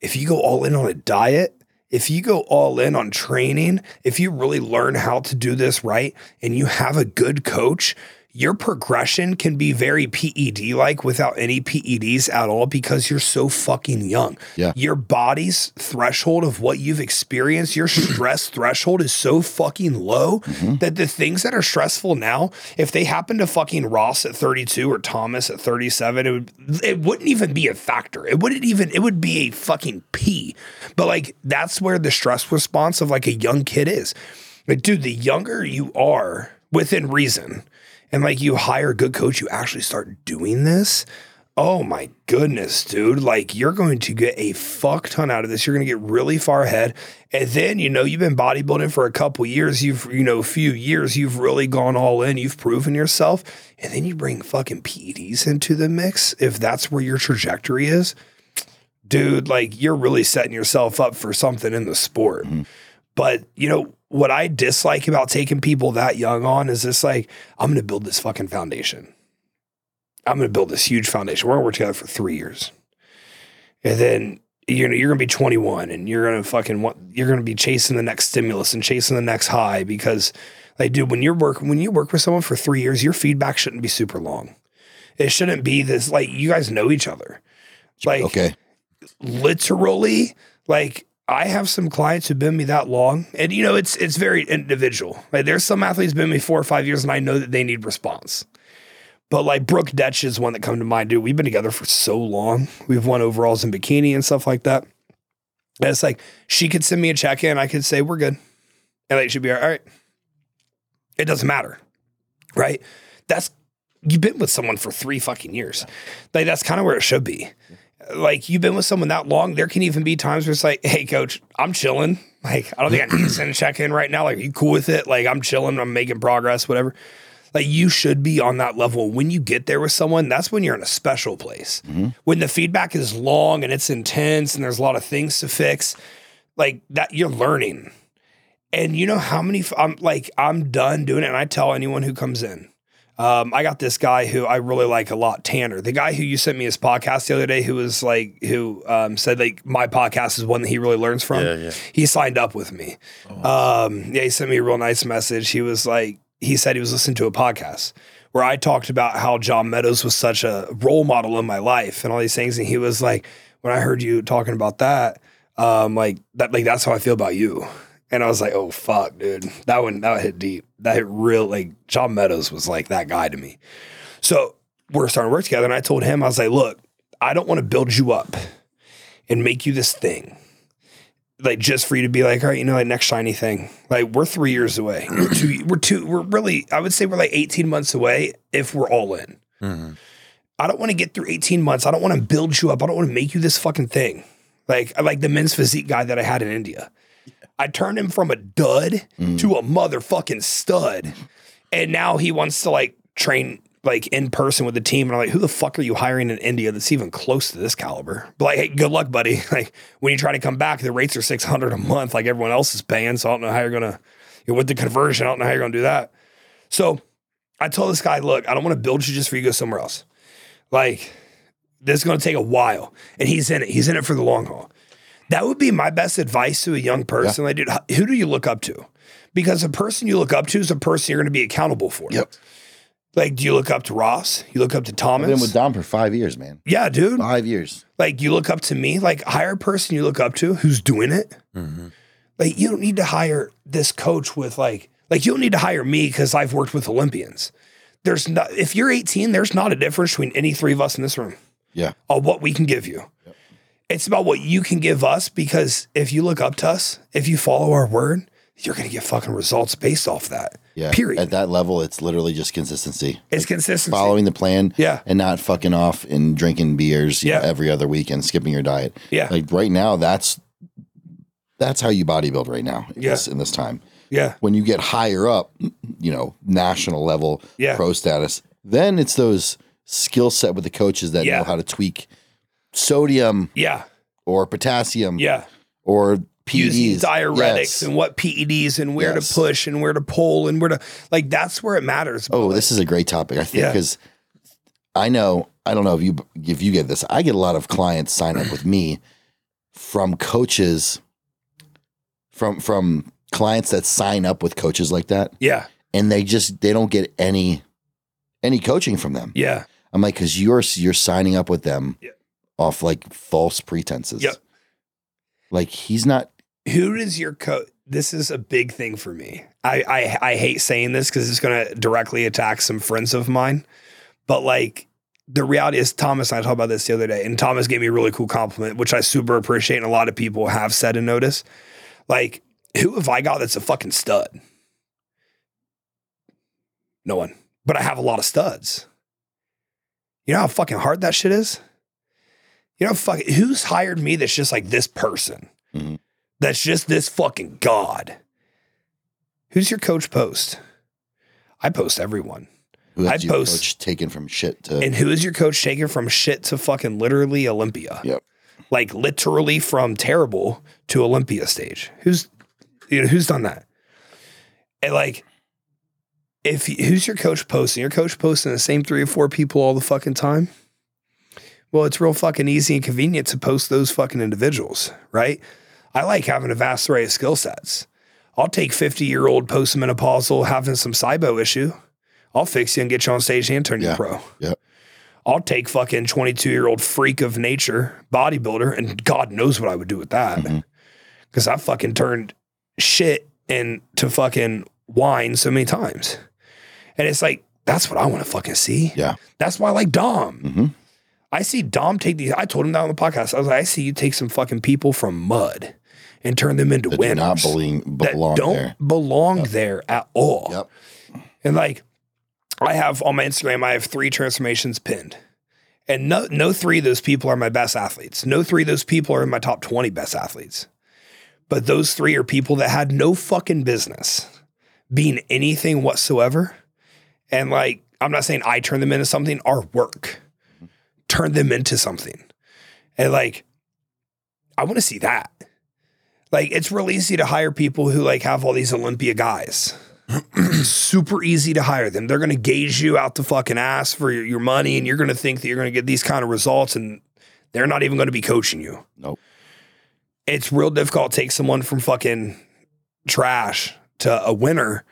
S1: if you go all in on a diet, if you go all in on training, if you really learn how to do this right, and you have a good coach, your progression can be very PED like without any PEDs at all because you're so fucking young.
S2: Yeah.
S1: Your body's threshold of what you've experienced, your stress threshold is so fucking low that the things that are stressful now, if they happen to fucking Ross at 32 or Thomas at 37, it would it wouldn't even be a factor. It wouldn't even it would be a fucking pee. But like that's where the stress response of like a young kid is. But dude, the younger you are within reason, and like you hire a good coach, you actually start doing this. Oh my goodness, dude. Like you're going to get a fuck ton out of this. You're going to get really far ahead. And then, you know, you've been bodybuilding for a couple years. You've, you know, a few years, you've really gone all in. You've proven yourself. And then you bring fucking PEDs into the mix. If that's where your trajectory is, dude, like you're really setting yourself up for something in the sport. But you know what I dislike about taking people that young on is this like I'm going to build this fucking foundation. I'm going to build this huge foundation. We're going to work together for three years, and then you know you're going to be 21 and you're going to fucking want you're going to be chasing the next stimulus and chasing the next high because like dude when you're work when you work with someone for three years your feedback shouldn't be super long. It shouldn't be this like you guys know each other. Like
S2: okay.
S1: literally like I have some clients who've been me that long, and you know it's it's very individual. Like there's some athletes been me four or five years, and I know that they need response. But like Brooke Detch is one that come to mind, dude. We've been together for so long. We've won overalls in bikini and stuff like that. And it's like she could send me a check in, I could say we're good, and like she'd be all right. It doesn't matter, right? That's you've been with someone for three fucking years. Like that's kind of where it should be like you've been with someone that long, there can even be times where it's like, hey, coach, I'm chilling. Like, I don't think I need to send a check in right now. Like, are you cool with it? Like, I'm chilling, I'm making progress, whatever. Like, you should be on that level. When you get there with someone, that's when you're in a special place. When the feedback is long and it's intense and there's a lot of things to fix, like that, you're learning. And you know how many, f- I'm like, I'm done doing it. And I tell anyone who comes in, um, I got this guy who I really like a lot, Tanner, the guy who you sent me his podcast the other day, who was like, who um, said like my podcast is one that he really learns from.
S3: Yeah, Oh. yeah.
S1: He signed up with me. Um, yeah, he sent me a real nice message. He was like, he said he was listening to a podcast where I talked about how John Meadows was such a role model in my life and all these things, and he was like, when I heard you talking about that, um, like that, like that's how I feel about you. And I was like, oh fuck, dude, that one that hit deep. That hit real. Like John Meadows was like that guy to me. So we're starting to work together. And I told him, I was like, look, I don't want to build you up. and make you this thing. Like just for you to be like, all right, you know, like next shiny thing. Like we're three years away. <clears throat> We're two, we're two, we're really, I would say we're like 18 months away if we're all in.
S3: Mhm.
S1: I don't want to get through 18 months. I don't want to build you up. I don't want to make you this fucking thing. Like I like the men's physique guy that I had in India. I turned him from a dud
S2: Mm-hmm.
S1: to a motherfucking stud. And now he wants to like train like in person with the team. And I'm like, who the fuck are you hiring in India that's even close to this caliber? But like, hey, good luck, buddy. <laughs> Like when you try to come back, the rates are 600 a month, like everyone else is paying. So I don't know how you're going to, with the conversion, I don't know how you're going to do that. So I told this guy, look, I don't want to build you just for you to go somewhere else. Like, this is going to take a while. And he's in it. He's in it for the long haul. That would be my best advice to a young person. Like, dude, h- who do you look up to? Because the person you look up to is the person you're going to be accountable for.
S2: Yep.
S1: Like, do you look up to Ross? You look up to
S2: I've been
S1: Thomas?
S2: with Dom for five years, man.
S1: yeah, dude.
S2: Five years.
S1: Like, you look up to me. Like, hire a person you look up to who's doing it.
S2: Mm-hmm.
S3: Mhm.
S1: Like, you don't need to hire this coach with like, like you don't need to hire me because I've worked with Olympians. There's not if you're 18, there's not a difference between any three of us in this room
S2: Yeah.
S1: on what we can give you. It's about what you can give us because if you look up to us, if you follow our word, you're going to get fucking results based off that.
S2: Yeah.
S1: Period.
S2: At that level, it's literally just consistency.
S1: it's
S2: Like,
S1: consistency.
S2: following the plan.
S1: Yeah.
S2: And not fucking off and drinking beers you know,
S1: Yeah.
S2: every other week and skipping your diet.
S1: Yeah.
S2: Like right now, that's that's how you bodybuild right now. in
S1: Yeah.
S2: this- in this time.
S1: yeah.
S2: when you get higher up, you know, national level
S1: Yeah.
S2: pro status, then it's those skill set with the coaches that
S1: Yeah.
S2: know how to tweak sodium
S1: Yeah.
S2: or potassium
S1: Yeah.
S2: or
S1: using
S2: PEDs.
S1: diuretics
S2: E Yes.
S1: and what PEDs and where
S2: Yes.
S1: to push and where to pull and where to like that's where it matters.
S2: Oh, this is a great topic. I think
S1: Yeah.
S2: because I know I don't know if you if you get this. I get a lot of clients sign up with me from coaches from from clients that sign up with coaches like that
S1: yeah,
S2: and they just they don't get any any coaching from them.
S1: yeah,
S2: I'm like, because you're you're signing up with them
S1: Yeah.
S2: off like false pretenses.
S1: Yep.
S2: Like he's not.
S1: Who does your coach? This is a big thing for me. I I, I hate saying this because it's going to directly attack some friends of mine. But like the reality is, Thomas and I talked about this the other day, and Thomas gave me a really cool compliment, which I super appreciate, and a lot of people have said and noticed. Like, who have I got that's a fucking stud? No one. But I have a lot of studs. You know how fucking hard that shit is. You know, fuck, who's hired me that's just like this person? that's just this fucking god. Who's your coach post? I post everyone.
S2: Who
S1: I
S2: has your
S1: post-
S2: coach taken from shit to?
S1: And who is your coach taking from shit to fucking literally Olympia?
S2: Yep.
S1: Like literally from terrible to Olympia stage. Who's you know who's done that? And like if who's your coach posting? Your coach posting the same three or four people all the fucking time? Well, it's real fucking easy and convenient to post those fucking individuals, right? I like having a vast array of skill sets. I'll take 50 year old postmenopausal having some SIBO issue. I'll fix you and get you on stage and turn you
S2: Yeah.
S1: pro.
S2: Yep.
S1: I'll take fucking 22 year old freak of nature bodybuilder
S2: Mm-hmm.
S1: and God knows what I would do with that.
S2: Mhm.
S1: Cause I fucking turned shit into fucking wine so many times. And it's like, that's what I want to fucking see.
S2: Yeah.
S1: That's why I like Dom.
S2: Mhm.
S1: I see Dom take these. I told him that on the podcast. I was like, I see you take some fucking people from mud and turn them into
S2: that do
S1: winners
S2: not beling,
S1: that
S2: belong
S1: don't
S2: there.
S1: belong there at all.
S2: Yep.
S1: And like, I have on my Instagram, I have three transformations pinned. And no, no three of those people are my best athletes. No three of those people are in my top 20 best athletes. But those three are people that had no fucking business being anything whatsoever. And like, I'm not saying I turn them into something, our work
S2: Mm-hmm.
S1: turned them into something. And like, I want to see that. Like, it's real easy to hire people who like have all these Olympia guys <clears throat> super easy to hire them. They're going to gauge you out the fucking ass for your, your money, and you're going to think that you're going to get these kind of results, and they're not even going to be coaching you.
S2: Nope.
S1: It's real difficult to take someone from fucking trash to a winner,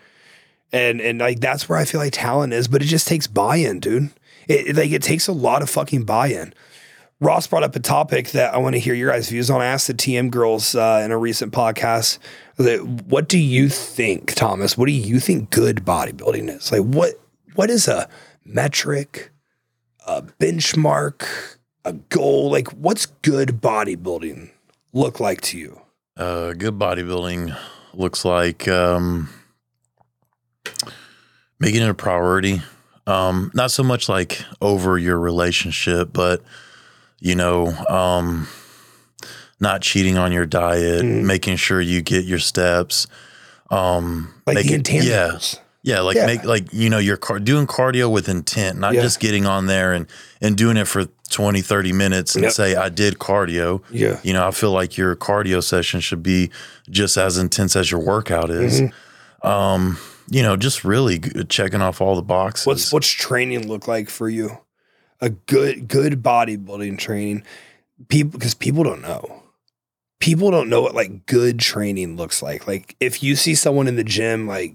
S1: and and like that's where I feel like talent is, but it just takes buy-in, dude. It, it- like it takes a lot of fucking buy-in. Ross brought up a topic that I want to hear your guys' views on. I asked the TM girls uh, in a recent podcast, that, "What do you think, Thomas? What do you think good bodybuilding is? Like, what what is a metric, a benchmark, a goal? Like, what's good bodybuilding look like to you?
S3: Uh, good bodybuilding looks like um, making it a priority. Um, not so much like over your relationship, but you know, um, not cheating on your diet,
S1: Mhm.
S3: making sure you get your steps. Um,
S1: Like
S3: make
S1: the
S3: it- yeah,
S1: intangibles.
S3: Yeah, like
S1: Yeah.
S3: make like you know you're car- doing cardio with intent, not
S1: Yeah.
S3: just getting on there and and doing it for 20 30 minutes and
S1: Yep.
S3: say I did cardio.
S1: Yeah.
S3: You know, I feel like your cardio session should be just as intense as your workout is.
S1: Mm-hmm.
S3: Um, you know, just really g- checking off all the boxes.
S1: What's what's training look like for you? A good good bodybuilding training. People because people don't know. People don't know what like good training looks like. Like if you see someone in the gym like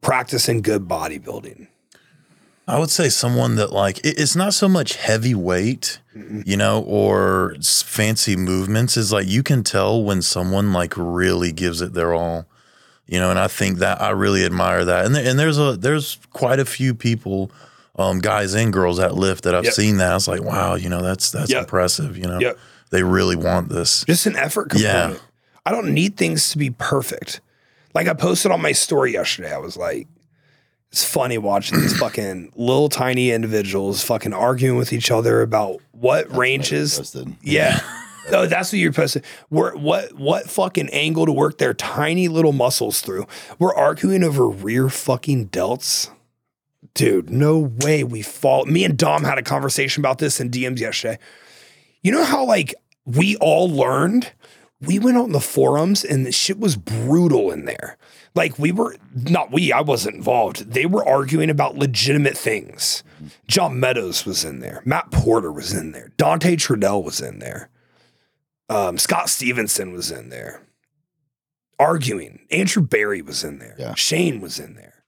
S1: practicing good bodybuilding.
S3: I would say someone that like it- it's not so much heavy weight,
S1: Mhm.
S3: you know, or s- fancy movements. Is like you can tell when someone like really gives it their all, you know. And I think that I really admire that. And there, and there's a there's quite a few people, um, guys and girls that lift that I've
S1: Yep.
S3: seen that. I was like, wow, you know, that's that's
S1: Yep.
S3: impressive. You know,
S1: Yep.
S3: they really want this.
S1: Just an effort
S3: Yeah.
S1: component. I don't need things to be perfect. Like I posted on my story yesterday, I was like, it's funny watching these fucking little tiny individuals fucking arguing with each other about what ranges
S2: Posted.
S1: Yeah. <laughs> No, that's what you're supposed to. Where, what what fucking angle to work their tiny little muscles through? We're arguing over rear fucking delts, dude. No way we fall. Me and Dom had a conversation about this in DMs yesterday. You know how like we all learned. We went out in the forums and the shit was brutal in there. Like we were not we. I wasn't involved. They were arguing about legitimate things. John Meadows was in there. Matt Porter was in there. Dante Trudell was in there. Um, Scott Stevenson was in there. Arguing. Andrew Barry was in there.
S2: Yeah.
S1: Shane was in there.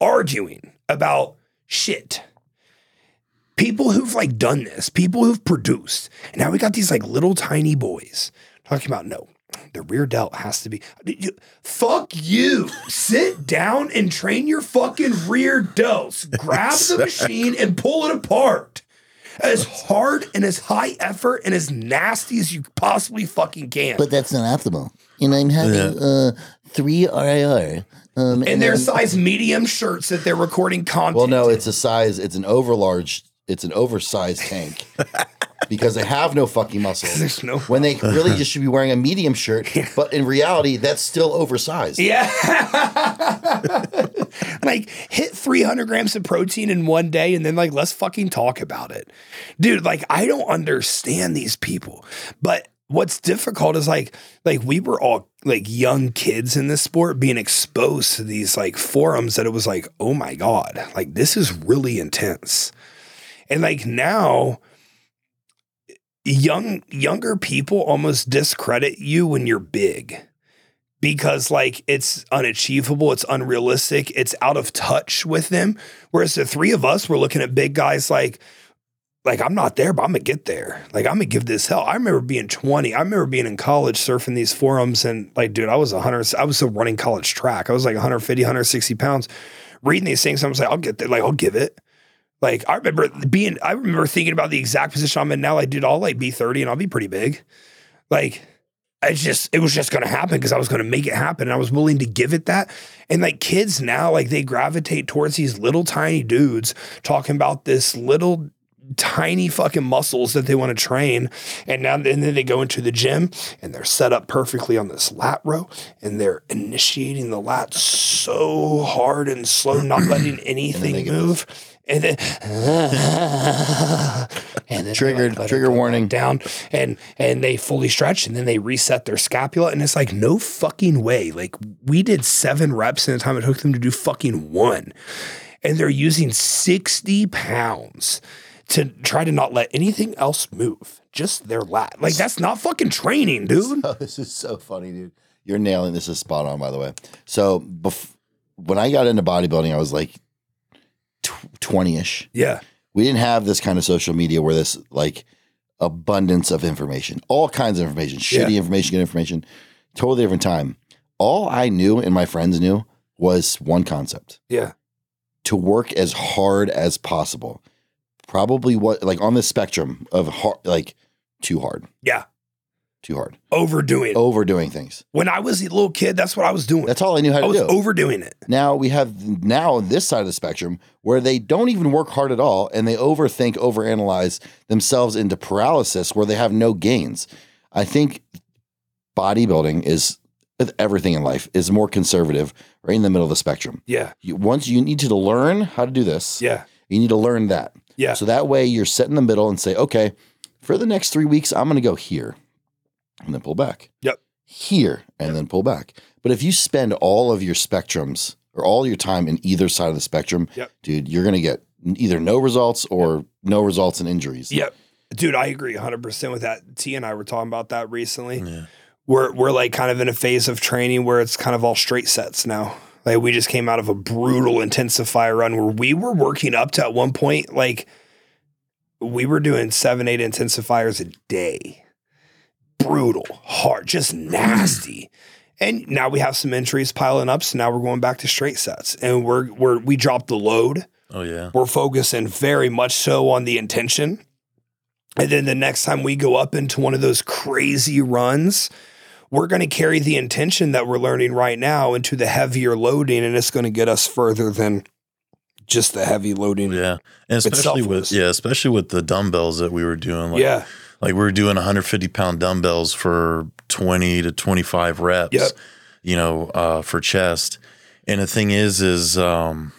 S1: Arguing about shit. People who've like done this, people who've produced. And now we got these like little tiny boys talking about no, the rear delt has to be. You- Fuck you.
S2: <laughs>
S1: Sit down and train your fucking rear delts. Grab the machine and pull it apart. As hard and as high effort and as nasty as you possibly fucking can.
S2: But that's not optimal. And I'm having
S3: Yeah.
S2: uh, three RIR. Um,
S1: and their
S2: I'm-
S1: size medium shirts that they're recording content.
S2: Well, no, it's a size. It's an overlarge. It's an oversized
S1: <laughs>
S2: tank because they have no fucking muscle.
S1: There's no.
S2: When they really just should be wearing a
S1: <laughs>
S2: medium shirt, but in reality, that's still oversized.
S1: Yeah. <laughs> like hit 300 grams of protein in one day and then like let's fucking talk about it. Dude, like I don't understand these people. But what's difficult is like like we were all like young kids in this sport being exposed to these like forums that it was like, "Oh my god, like this is really intense." And like now young younger people almost discredit you when you're big because like it's unachievable, it's unrealistic, it's out of touch with them. Whereas the three of us were looking at big guys like, like I'm not there, but I'm gonna get there. Like I'm gonna give this hell. I remember being 20. I remember being in college surfing these forums and like, dude, I was 100. I was still running college track. I was like 150, 160 pounds, reading these things. I was like, I'll get there. Like I'll give it. Like I remember being. I remember thinking about the exact position I'm in now. Like, dude, I'll like be 30 and I'll be pretty big. Like it's just it was just going to happen because I was going to make it happen and I was willing to give it that. And like kids now like they gravitate towards these little tiny dudes talking about this little tiny fucking muscles that they want to train and now and then they go into the gym and they're set up perfectly on this lat row and they're initiating the lat so hard and slow not letting anything
S2: they get-
S1: move and then and then
S2: Triggered-
S1: let it
S2: trigger
S1: go back
S2: warning.
S1: down and and they fully stretch and then they reset their scapula and it's like no fucking way like we did seven reps in the time it took them to do fucking one and they're using 60 pounds to try to not let anything else move just their lat like that's not fucking training dude
S2: Oh, <laughs> this is so funny, dude. You're nailing this. Is spot on, by the way. So, bef- when I got into bodybuilding, I was like twenty ish.
S1: yeah
S2: we didn't have this kind of social media where this like abundance of information, all kinds of information, shitty information, good information, totally different time. All I knew and my friends knew was one concept
S1: yeah
S2: to work as hard as possible. probably what like on the spectrum of hard, like too hard,
S1: Yeah.
S2: too hard,
S1: Overdoing. it.
S2: overdoing things.
S1: When I was a little kid, Oh. that's what I was doing.
S2: That's all I knew how
S1: I
S2: to
S1: was
S2: do.
S1: overdoing it.
S2: now we have now on this side of the spectrum where they don't even work hard at all and they overthink, overanalyze themselves into paralysis where they have no gains. I think bodybuilding is with everything in life is more conservative, right in the middle of the spectrum.
S1: Yeah.
S2: You, once you need to learn how to do this,
S1: Yeah.
S2: you need to learn that.
S1: Yeah.
S2: So that way you're set in the middle and say, okay, for the next three weeks, I'm going to go here and then pull back.
S1: Yep.
S2: Here and then pull back. But if you spend all of your spectrums or all your time in either side of the spectrum,
S1: Yep.
S2: dude, you're going to get either no results or no results and injuries.
S1: Yep. Dude, I agree 100% with that. T and I were talking about that recently.
S3: Yeah.
S1: We're, we're like kind of in a phase of training where it's kind of all straight sets now. Like we just came out of a brutal intensifier run where we were working up to at one point, like we were doing seven, eight intensifiers a day. Brutal, hard, just nasty. And now we have some injuries piling up. So now we're going back to straight sets and we're, we're, we dropped the load
S3: Oh yeah.
S1: we're focusing very much so on the intention. And then the next time we go up into one of those crazy runs, we're going to carry the intention that we're learning right now into the heavier loading, and it's going to get us further than just the heavy loading.
S3: Oh, Yeah. And especially
S1: selfless.
S3: with yeah, especially with the dumbbells that we were doing. Like,
S1: yeah.
S3: like we were doing 150 pound dumbbells for 20 to 25 reps
S1: Yep.
S3: you know uh, for chest and the thing is is um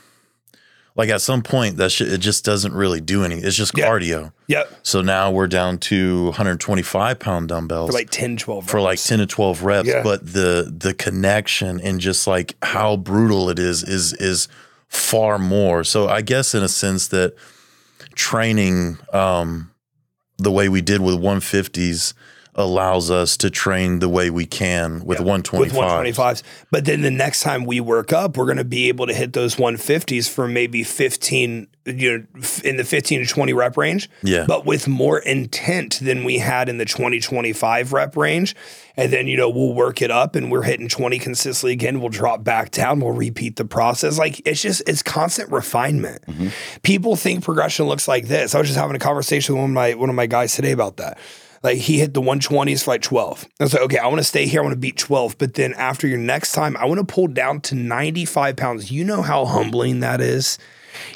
S3: like at some point that shit it just doesn't really do anything it's just
S1: Yeah.
S3: cardio
S1: Yep.
S3: so now we're down to 125 pound dumbbells
S1: For like 10, 12
S3: for like
S1: rounds.
S3: 10 to 12 reps
S1: Yeah.
S3: but the the connection and just like how brutal it is is is far more so i guess in a sense that training um the way we did with 150s allows us to train the way we can
S1: with
S3: with 125
S1: 125s. But then the next time we work up, we're going to be able to hit those 150s for maybe 15, you know, f- in the 15 to 20 rep range.
S3: yeah
S1: but with more intent than we had in the 2025 rep range. And then, you know, we'll work it up and we're hitting 20 consistently again. We'll drop back down. We'll repeat the process. Like it's just, it's constant refinement. People think progression looks like this. I was just having a conversation with one of my, one of my guys today about that. Like he hit the 120s for like 12. I was like, okay, I want to stay here. I want to beat 12. But then after your next time, I want to pull down to 95 pounds. You know how humbling that is.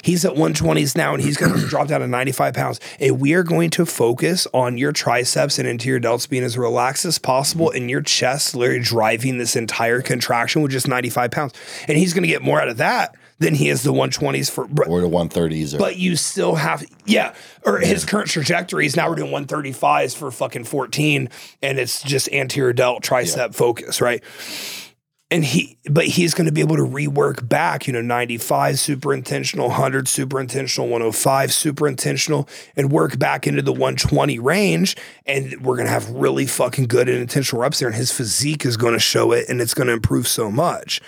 S1: He's at 120s now and he's going to <clears throat> drop down to 95 pounds. And we are going to focus on your triceps and interior delts being as relaxed as possible and your chest literally driving this entire contraction with just 95 pounds. And he's going to get more out of that than he is the 120s for. But,
S2: Or to 130s or
S1: but you still have, yeah. Or his current trajectory is now we're doing 135s for fucking 14 and it's just anterior delt tricep focus, right? and he but he's going to be able to rework back you know 95 super intentional 100 super intentional 105 super intentional and work back into the 120 range and we're going to have really fucking good and intentional reps there and his physique is going to show it and it's going to improve so much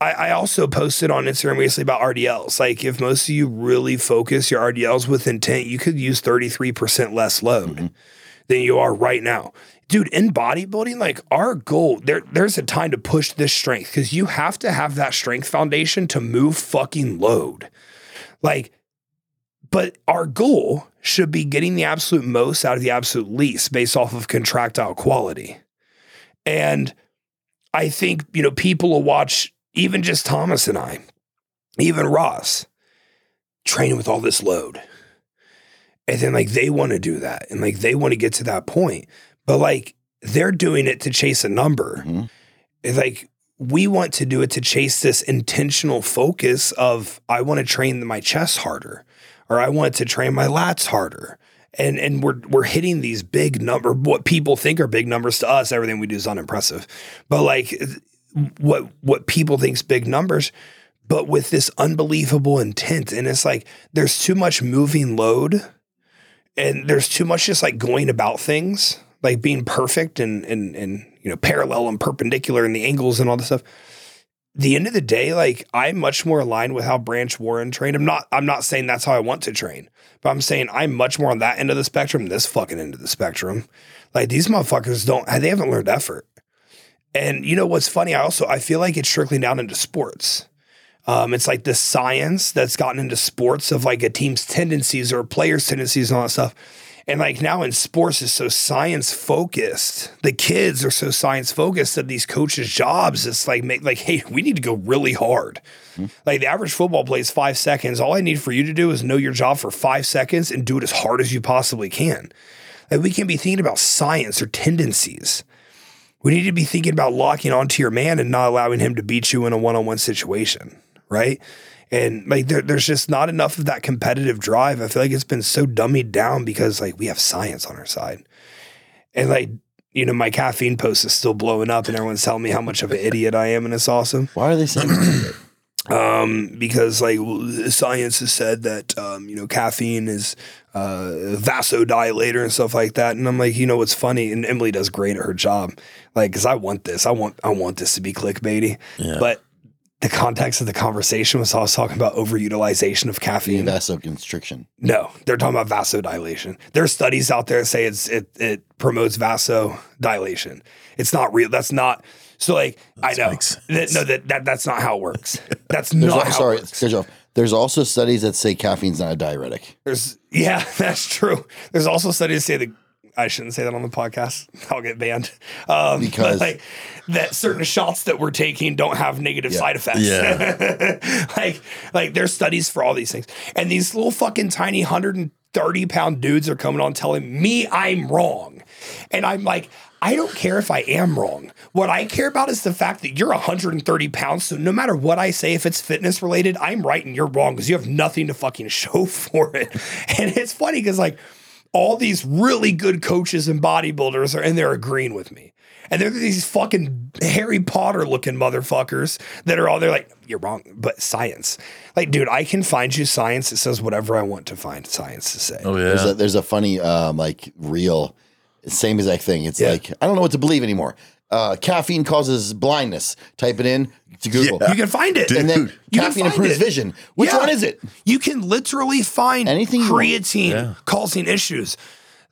S1: I, I also posted on Instagram recently about RDLs. Like, if most of you really focus your RDLs with intent, you could use 33% less load than you are right now. Dude, in bodybuilding, like our goal, there, there's a time to push this strength because you have to have that strength foundation to move fucking load. Like, but our goal should be getting the absolute most out of the absolute least based off of contractile quality. And I think, you know, people will watch even just Thomas and I, even Ross, training with all this load. And then like they want to do that and like they want to get to that point. But like they're doing it to chase a number.
S2: Mhm.
S1: It's like we want to do it to chase this intentional focus of I want to train my chest harder or I want to train my lats harder. And and we're we're hitting these big number what people think are big numbers to us, everything we do is unimpressive. But like what what people think's big numbers but with this unbelievable intent and it's like there's too much moving load and there's too much just like going about things like being perfect and and and you know parallel and perpendicular and the angles and all this stuff the end of the day like i'm much more aligned with how branch warren trained i'm not i'm not saying that's how i want to train but i'm saying i'm much more on that end of the spectrum this fucking end of the spectrum like these motherfuckers don't they haven't learned effort and you know what's funny i also i feel like it's trickling down into sports Um, it's like the science that's gotten into sports of like a team's tendencies or a player's tendencies and all that stuff. And like now in sports is so science focused. The kids are so science focused that these coaches' jobs, it's like make like, hey, we need to go really hard. Like the average football plays five seconds. All I need for you to do is know your job for five seconds and do it as hard as you possibly can. Like we can be thinking about science or tendencies. We need to be thinking about locking onto your man and not allowing him to beat you in a one-on-one situation, right? And like there, there's just not enough of that competitive drive. I feel like it's been so dummied down because like we have science on our side. And like, you know, my caffeine post is still blowing up and everyone's telling me how much of an idiot I am and it's awesome
S2: Why are
S1: <clears throat>
S2: they saying that?
S1: um, because like w- science has said that um, you know caffeine is uh, a vasodilator and stuff like that, and I'm like, you know what's funny? And Emily does great at her job, like because I want this, I want I want this to be clickbaity,
S3: Yeah.
S1: but the context of the conversation was I was talking about overutilization of caffeine.
S2: vasoconstriction?
S1: No, they're talking about vasodilation. There are studies out there that say it's it it promotes vasodilation. It's not real. That's not so. Like I know
S3: makes
S1: that, no that, that that's not how it works. That's
S2: There's
S1: not
S2: al-
S1: how
S2: sorry,
S1: It works.
S2: cut you off. There's also studies that say caffeine's not a diuretic.
S1: There's yeah, <laughs> that's true. There's also studies that say that I shouldn't say that on the podcast. I'll get banned um,
S2: Because-
S1: but like that certain shots that we're taking don't have negative side effects.
S3: Yeah.
S1: <laughs> like like there's studies for all these things, and these little fucking tiny hundred and thirty pound dudes are coming on telling me I'm wrong, and I'm like. I don't care if I am wrong. What I care about is the fact that you're 130 pounds. So no matter what I say, if it's fitness related, I'm right and you're wrong because you have nothing to fucking <laughs> show for it. And it's funny because like all these really good coaches and bodybuilders are and they're agreeing with me. And they're these fucking Harry Potter looking motherfuckers that are all there like, you're wrong, but science. Like, dude, I can find you science that says whatever I want to find science to say.
S3: Oh
S2: There's,
S3: yeah.
S2: a, there's a funny um, like real same exact thing. It's
S1: Yeah.
S2: like I don't know what to believe anymore. Uh, caffeine causes blindness. Type it in to Google,
S1: You can find it.
S2: and then
S1: You can
S2: caffeine
S1: find
S2: improves
S1: it.
S2: vision. Which
S1: Yeah.
S2: one is it?
S1: You can literally find
S2: Anything you want.
S1: creatine causing issues.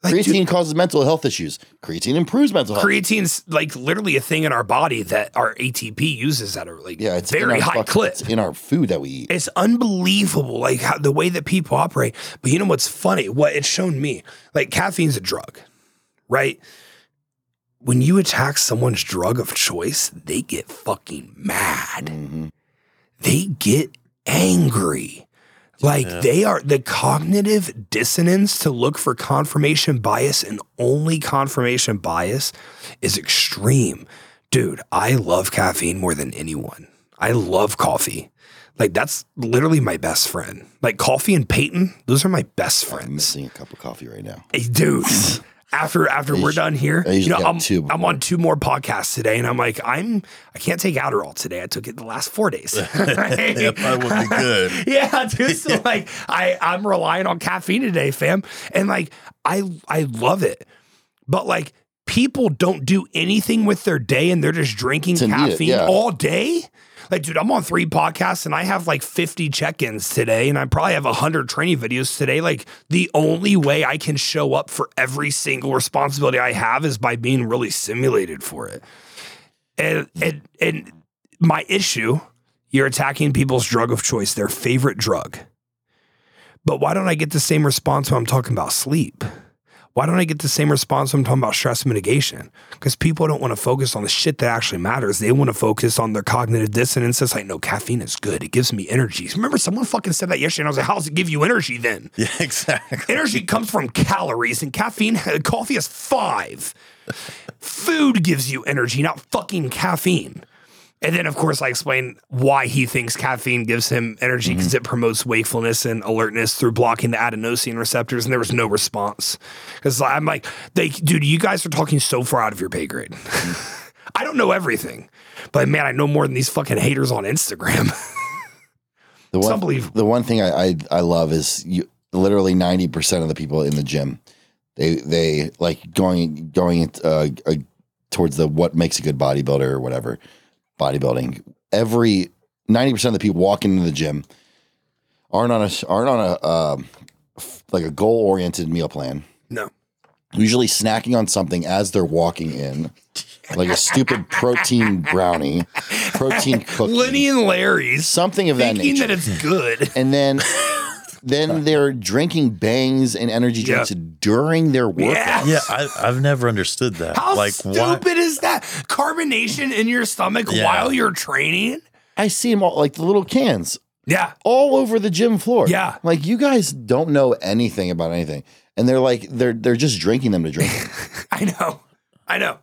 S1: Like,
S2: Creatine
S1: dude,
S2: causes mental health issues. Creatine improves mental health.
S1: creatine's like literally a thing in our body that our ATP uses at a like
S2: yeah, it's in
S1: very
S2: our
S1: high
S2: fuck-
S1: clip.
S2: It's in our food that we eat.
S1: <laughs> It's unbelievable, like how, the way that people operate. But you know what's funny? What it's shown me, like caffeine's a drug, right? When you attack someone's drug of choice, they get fucking mad.
S2: Mm-hmm.
S1: They get angry. Like they are the cognitive dissonance to look for confirmation bias and only confirmation bias is extreme. Dude, I love caffeine more than anyone. I love coffee. Like that's literally my best friend. Like coffee and Peyton, those are my best
S2: I'm
S1: friends.
S2: missing a cup of coffee right now.
S1: Hey, dude. After after we're done here,
S2: I usually
S1: you know,
S2: got
S1: I'm,
S2: two
S1: I'm on two more podcasts today, and I'm like, I'm I can't take Adderall today. I took it the last four days. <laughs>
S3: That probably <laughs> would be good.
S1: Yeah, dude. So like I, I'm relying on caffeine today, fam. And like I I love it. But like people don't do anything with their day and they're just drinking
S2: To need it,
S1: caffeine
S2: yeah.
S1: all day. Like, dude, I'm on three podcasts and I have like 50 check-ins today, and I probably have hundred training videos today. Like the only way I can show up for every single responsibility I have is by being really simulated for it. And and and my issue you're attacking people's drug of choice, their favorite drug. But why don't I get the same response when I'm talking about sleep? Why don't I get the same response when I'm talking about stress mitigation? Because people don't want to focus on the shit that actually matters. They want to focus on their cognitive dissonance. It's like, no, caffeine is good. It gives me energy. Remember, someone fucking said that yesterday, and I was like, how does it give you energy then?
S3: Yeah, exactly.
S1: Energy comes from calories, and caffeine, <laughs> coffee is five. Food gives you energy, not fucking caffeine. And then, of course, I explain why he thinks caffeine gives him energy
S2: Mm-hmm.
S1: because it promotes wakefulness and alertness through blocking the adenosine receptors. And there was no response because I'm like, they, dude, you guys are talking so far out of your pay grade. <laughs> I don't know everything, but man, I know more than these fucking haters on Instagram. <laughs>
S2: The one,
S1: unbelievable.
S2: The one thing I, I, I love is you, literally ninety percent of the people in the gym, they they like going going uh, uh, towards the what makes a good bodybuilder or whatever bodybuilding. Every ninety percent of the people walking into the gym aren't on a aren't on a um, f- like a goal oriented meal plan.
S1: no,
S2: usually snacking on something as they're walking in, like a stupid protein brownie, protein cookie,
S1: Lenny and Larry's
S2: something of that
S1: thinking
S2: nature.
S1: that it's good.
S2: and
S1: <laughs>
S2: then then they're drinking bangs and energy
S1: Yeah.
S2: drinks during their workout.
S1: Yeah.
S3: Yeah, I, I've never understood that.
S1: How
S3: like,
S1: stupid is that? Carbonation in your stomach
S3: Yeah.
S1: while you're training?
S2: I see them all like the little cans
S1: Yeah.
S2: all over the gym floor.
S1: Yeah.
S2: Like you guys don't know anything about anything. And they're like they're they're just drinking them to drink.
S1: <laughs>
S2: it.
S1: I know. I know.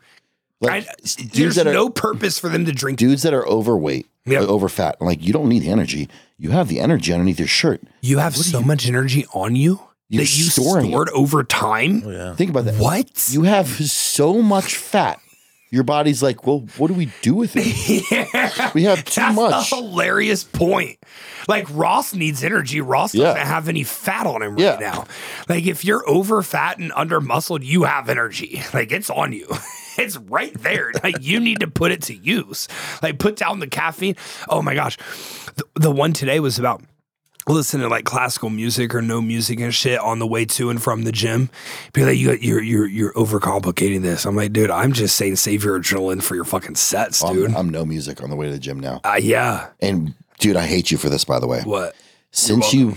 S2: Like
S1: I-
S2: s- dudes
S1: There's
S2: that are uh,
S1: no purpose for them to drink.
S2: dudes that are overweight,
S1: Yeah.
S2: like, over fat. I'm like you don't need the energy. You have the energy underneath your shirt.
S1: You have so much energy on you
S2: You're
S1: that you
S2: storing it.
S1: stored over time.
S3: why? Oh, Yeah.
S2: Think about that.
S1: What?
S2: You have so much fat. Your body's like, well, what do we do with
S1: <laughs>
S2: it?
S1: <laughs> yeah.
S2: We have too
S1: That's
S2: much.
S1: a hilarious point. Like Ross needs energy. Ross doesn't
S2: Yeah.
S1: have any fat on him right
S2: Yeah.
S1: now. Like if you're over fat and under muscled, you have energy. <laughs> Like it's on you. It's right
S2: <laughs>
S1: there. Like you need to put it to use. Like put down the caffeine. Oh my gosh. The, the one today was about listening to like classical music or no music and shit on the way to and from the gym. Be like, you, you're you're you're overcomplicating this. I'm like, dude, I'm just saying, save your adrenaline for your fucking sets,
S2: I'm-
S1: dude.
S2: I'm, no music on the way to the gym now.
S1: Uh, yeah.
S2: And dude, I hate you for this, by the way.
S1: What?
S2: Since you,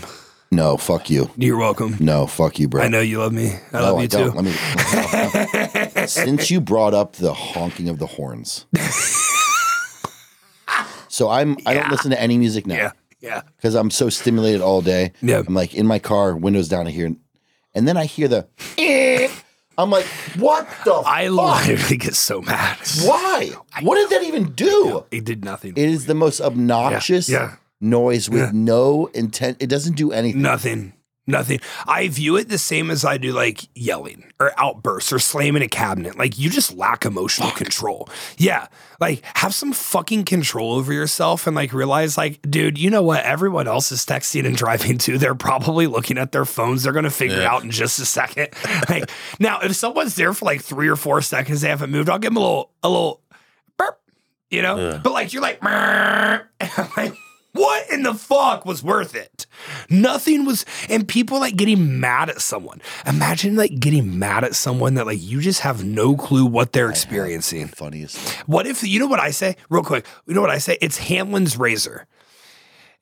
S2: no, fuck you,
S1: You're welcome.
S2: no, fuck you, bro.
S1: I know you love me. I
S2: No,
S1: love you
S2: I don't.
S1: too.
S2: Let me. Since you brought up the honking of
S1: <laughs>
S2: the horns, so I'm I don't listen to any music
S1: Yeah.
S2: now
S1: Yeah.
S2: because I'm so stimulated all day.
S1: Yeah.
S2: I'm like in my car, windows down here, and then I hear the. <laughs> "Eh." I'm like, what the?
S1: I
S2: fuck?
S1: literally get so mad.
S2: Why? What did that even do?
S1: He did nothing.
S2: It is the most obnoxious
S1: yeah.
S2: noise with
S1: Yeah.
S2: no intent. It doesn't do anything.
S1: nothing. Nothing. I view it the same as I do like yelling or outbursts or slamming a cabinet. Like you just lack emotional control. Yeah. Like have some fucking control over yourself and like realize like, dude, you know what? Everyone else is texting and driving too. They're probably looking at their phones. They're gonna figure it
S3: Yeah.
S1: out in just a second. <laughs> Like now if someone's there for like three or four seconds, they haven't moved, I'll give them a little a little burp, you know?
S3: Yeah.
S1: But like you're like, "Brrr." <laughs> And I'm like, what in the fuck was worth it? Nothing was, and people like getting mad at someone. Imagine like getting mad at someone that like you just have no clue what they're experiencing.
S2: Funniest. thing.
S1: What if you know what I say? Real quick, you know what I say? It's Hamlin's razor.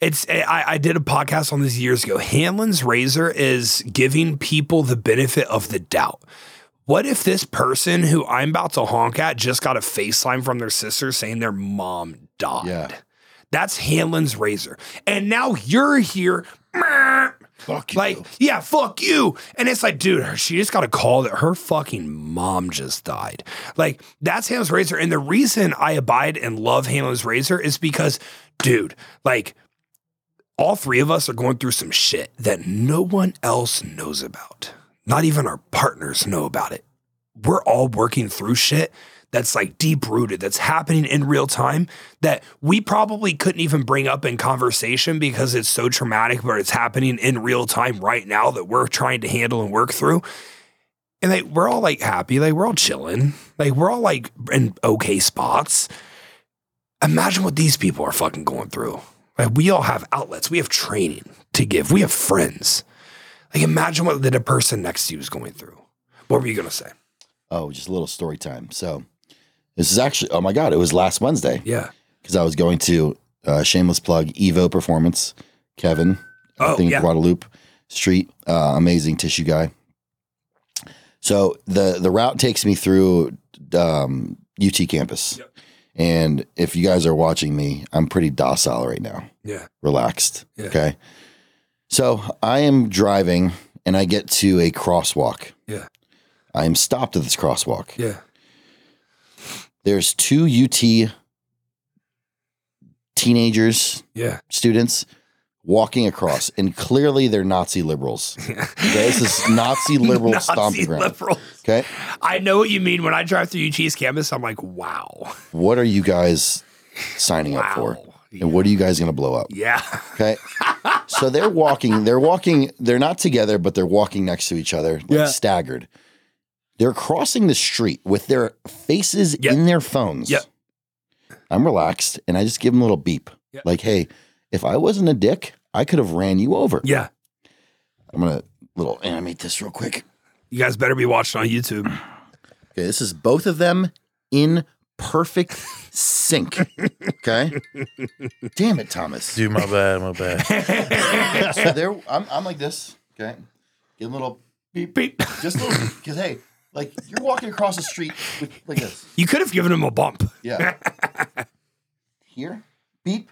S1: It's eh, I, I did a podcast on this years ago. Hamlin's razor is giving people the benefit of the doubt. What if this person who I'm about to honk at just got a FaceTime from their sister saying their mom died?
S2: Yeah.
S1: That's Hamlin's razor. And now you're here.
S2: Fuck you.
S1: Like, yeah, fuck you. And it's like, dude, her, she just got a call that her fucking mom just died. Like, that's Hamlin's Razor. And the reason I abide and love Hamlin's Razor is because, dude, like, all three of us are going through some shit that no one else knows about. Not even our partners know about it. We're all working through shit that's like deep rooted, that's happening in real time that we probably couldn't even bring up in conversation because it's so traumatic, but it's happening in real time right now that we're trying to handle and work through. And like we're all like happy, like we're all chilling, like we're all like in okay spots. Imagine what these people are fucking going through. Like we all have outlets, we have training to give, we have friends. Like imagine what the person next to you is going through. What were you gonna say?
S2: Oh, just a little story time. So this is actually, oh my God, it was last Wednesday
S1: Yeah.
S2: because I was going to uh, shameless plug Evo Performance, Kevin,
S1: Oh,
S2: I think
S1: yeah.
S2: Guadalupe Street, uh, amazing tissue guy. So the the route takes me through um, UT campus,
S1: Yep.
S2: and if you guys are watching me, I'm pretty docile right now
S1: Yeah.
S2: relaxed.
S1: Yeah.
S2: Okay. So I am driving and I get to a crosswalk.
S1: Yeah.
S2: I am stopped at this crosswalk.
S1: Yeah.
S2: There's two UT teenagers,
S1: Yeah.
S2: students walking across, and clearly they're Nazi liberals. Okay.
S1: <laughs>
S2: This is Nazi liberal stomping ground.
S1: liberal.
S2: okay.
S1: I know what you mean. When I drive through UT's campus, I'm like, wow.
S2: What are you guys signing up for?
S1: Wow.
S2: And what are you guys going to blow up?
S1: Yeah.
S2: Okay. so they're walking, they're walking, they're not together, but they're walking next to each other, like
S1: Yeah.
S2: staggered. They're crossing the street with their faces
S1: Yep.
S2: in their phones.
S1: Yep.
S2: I'm relaxed and I just give them a little beep.
S1: Yep.
S2: Like, hey, if I wasn't a dick, I could have ran you over.
S1: Yeah.
S2: I'm gonna little animate this real quick.
S1: You guys better be watching on
S2: <laughs>
S1: YouTube.
S2: Okay, this is both of them in perfect sync. Okay. Damn it, Thomas.
S3: Dude, my bad, my bad.
S2: So there, I'm, I'm like this. Okay. Get a little beep, beep. Just a little, because hey, like you're walking across the street with, like this.
S1: You could have given him a bump.
S2: Yeah. Here, beep.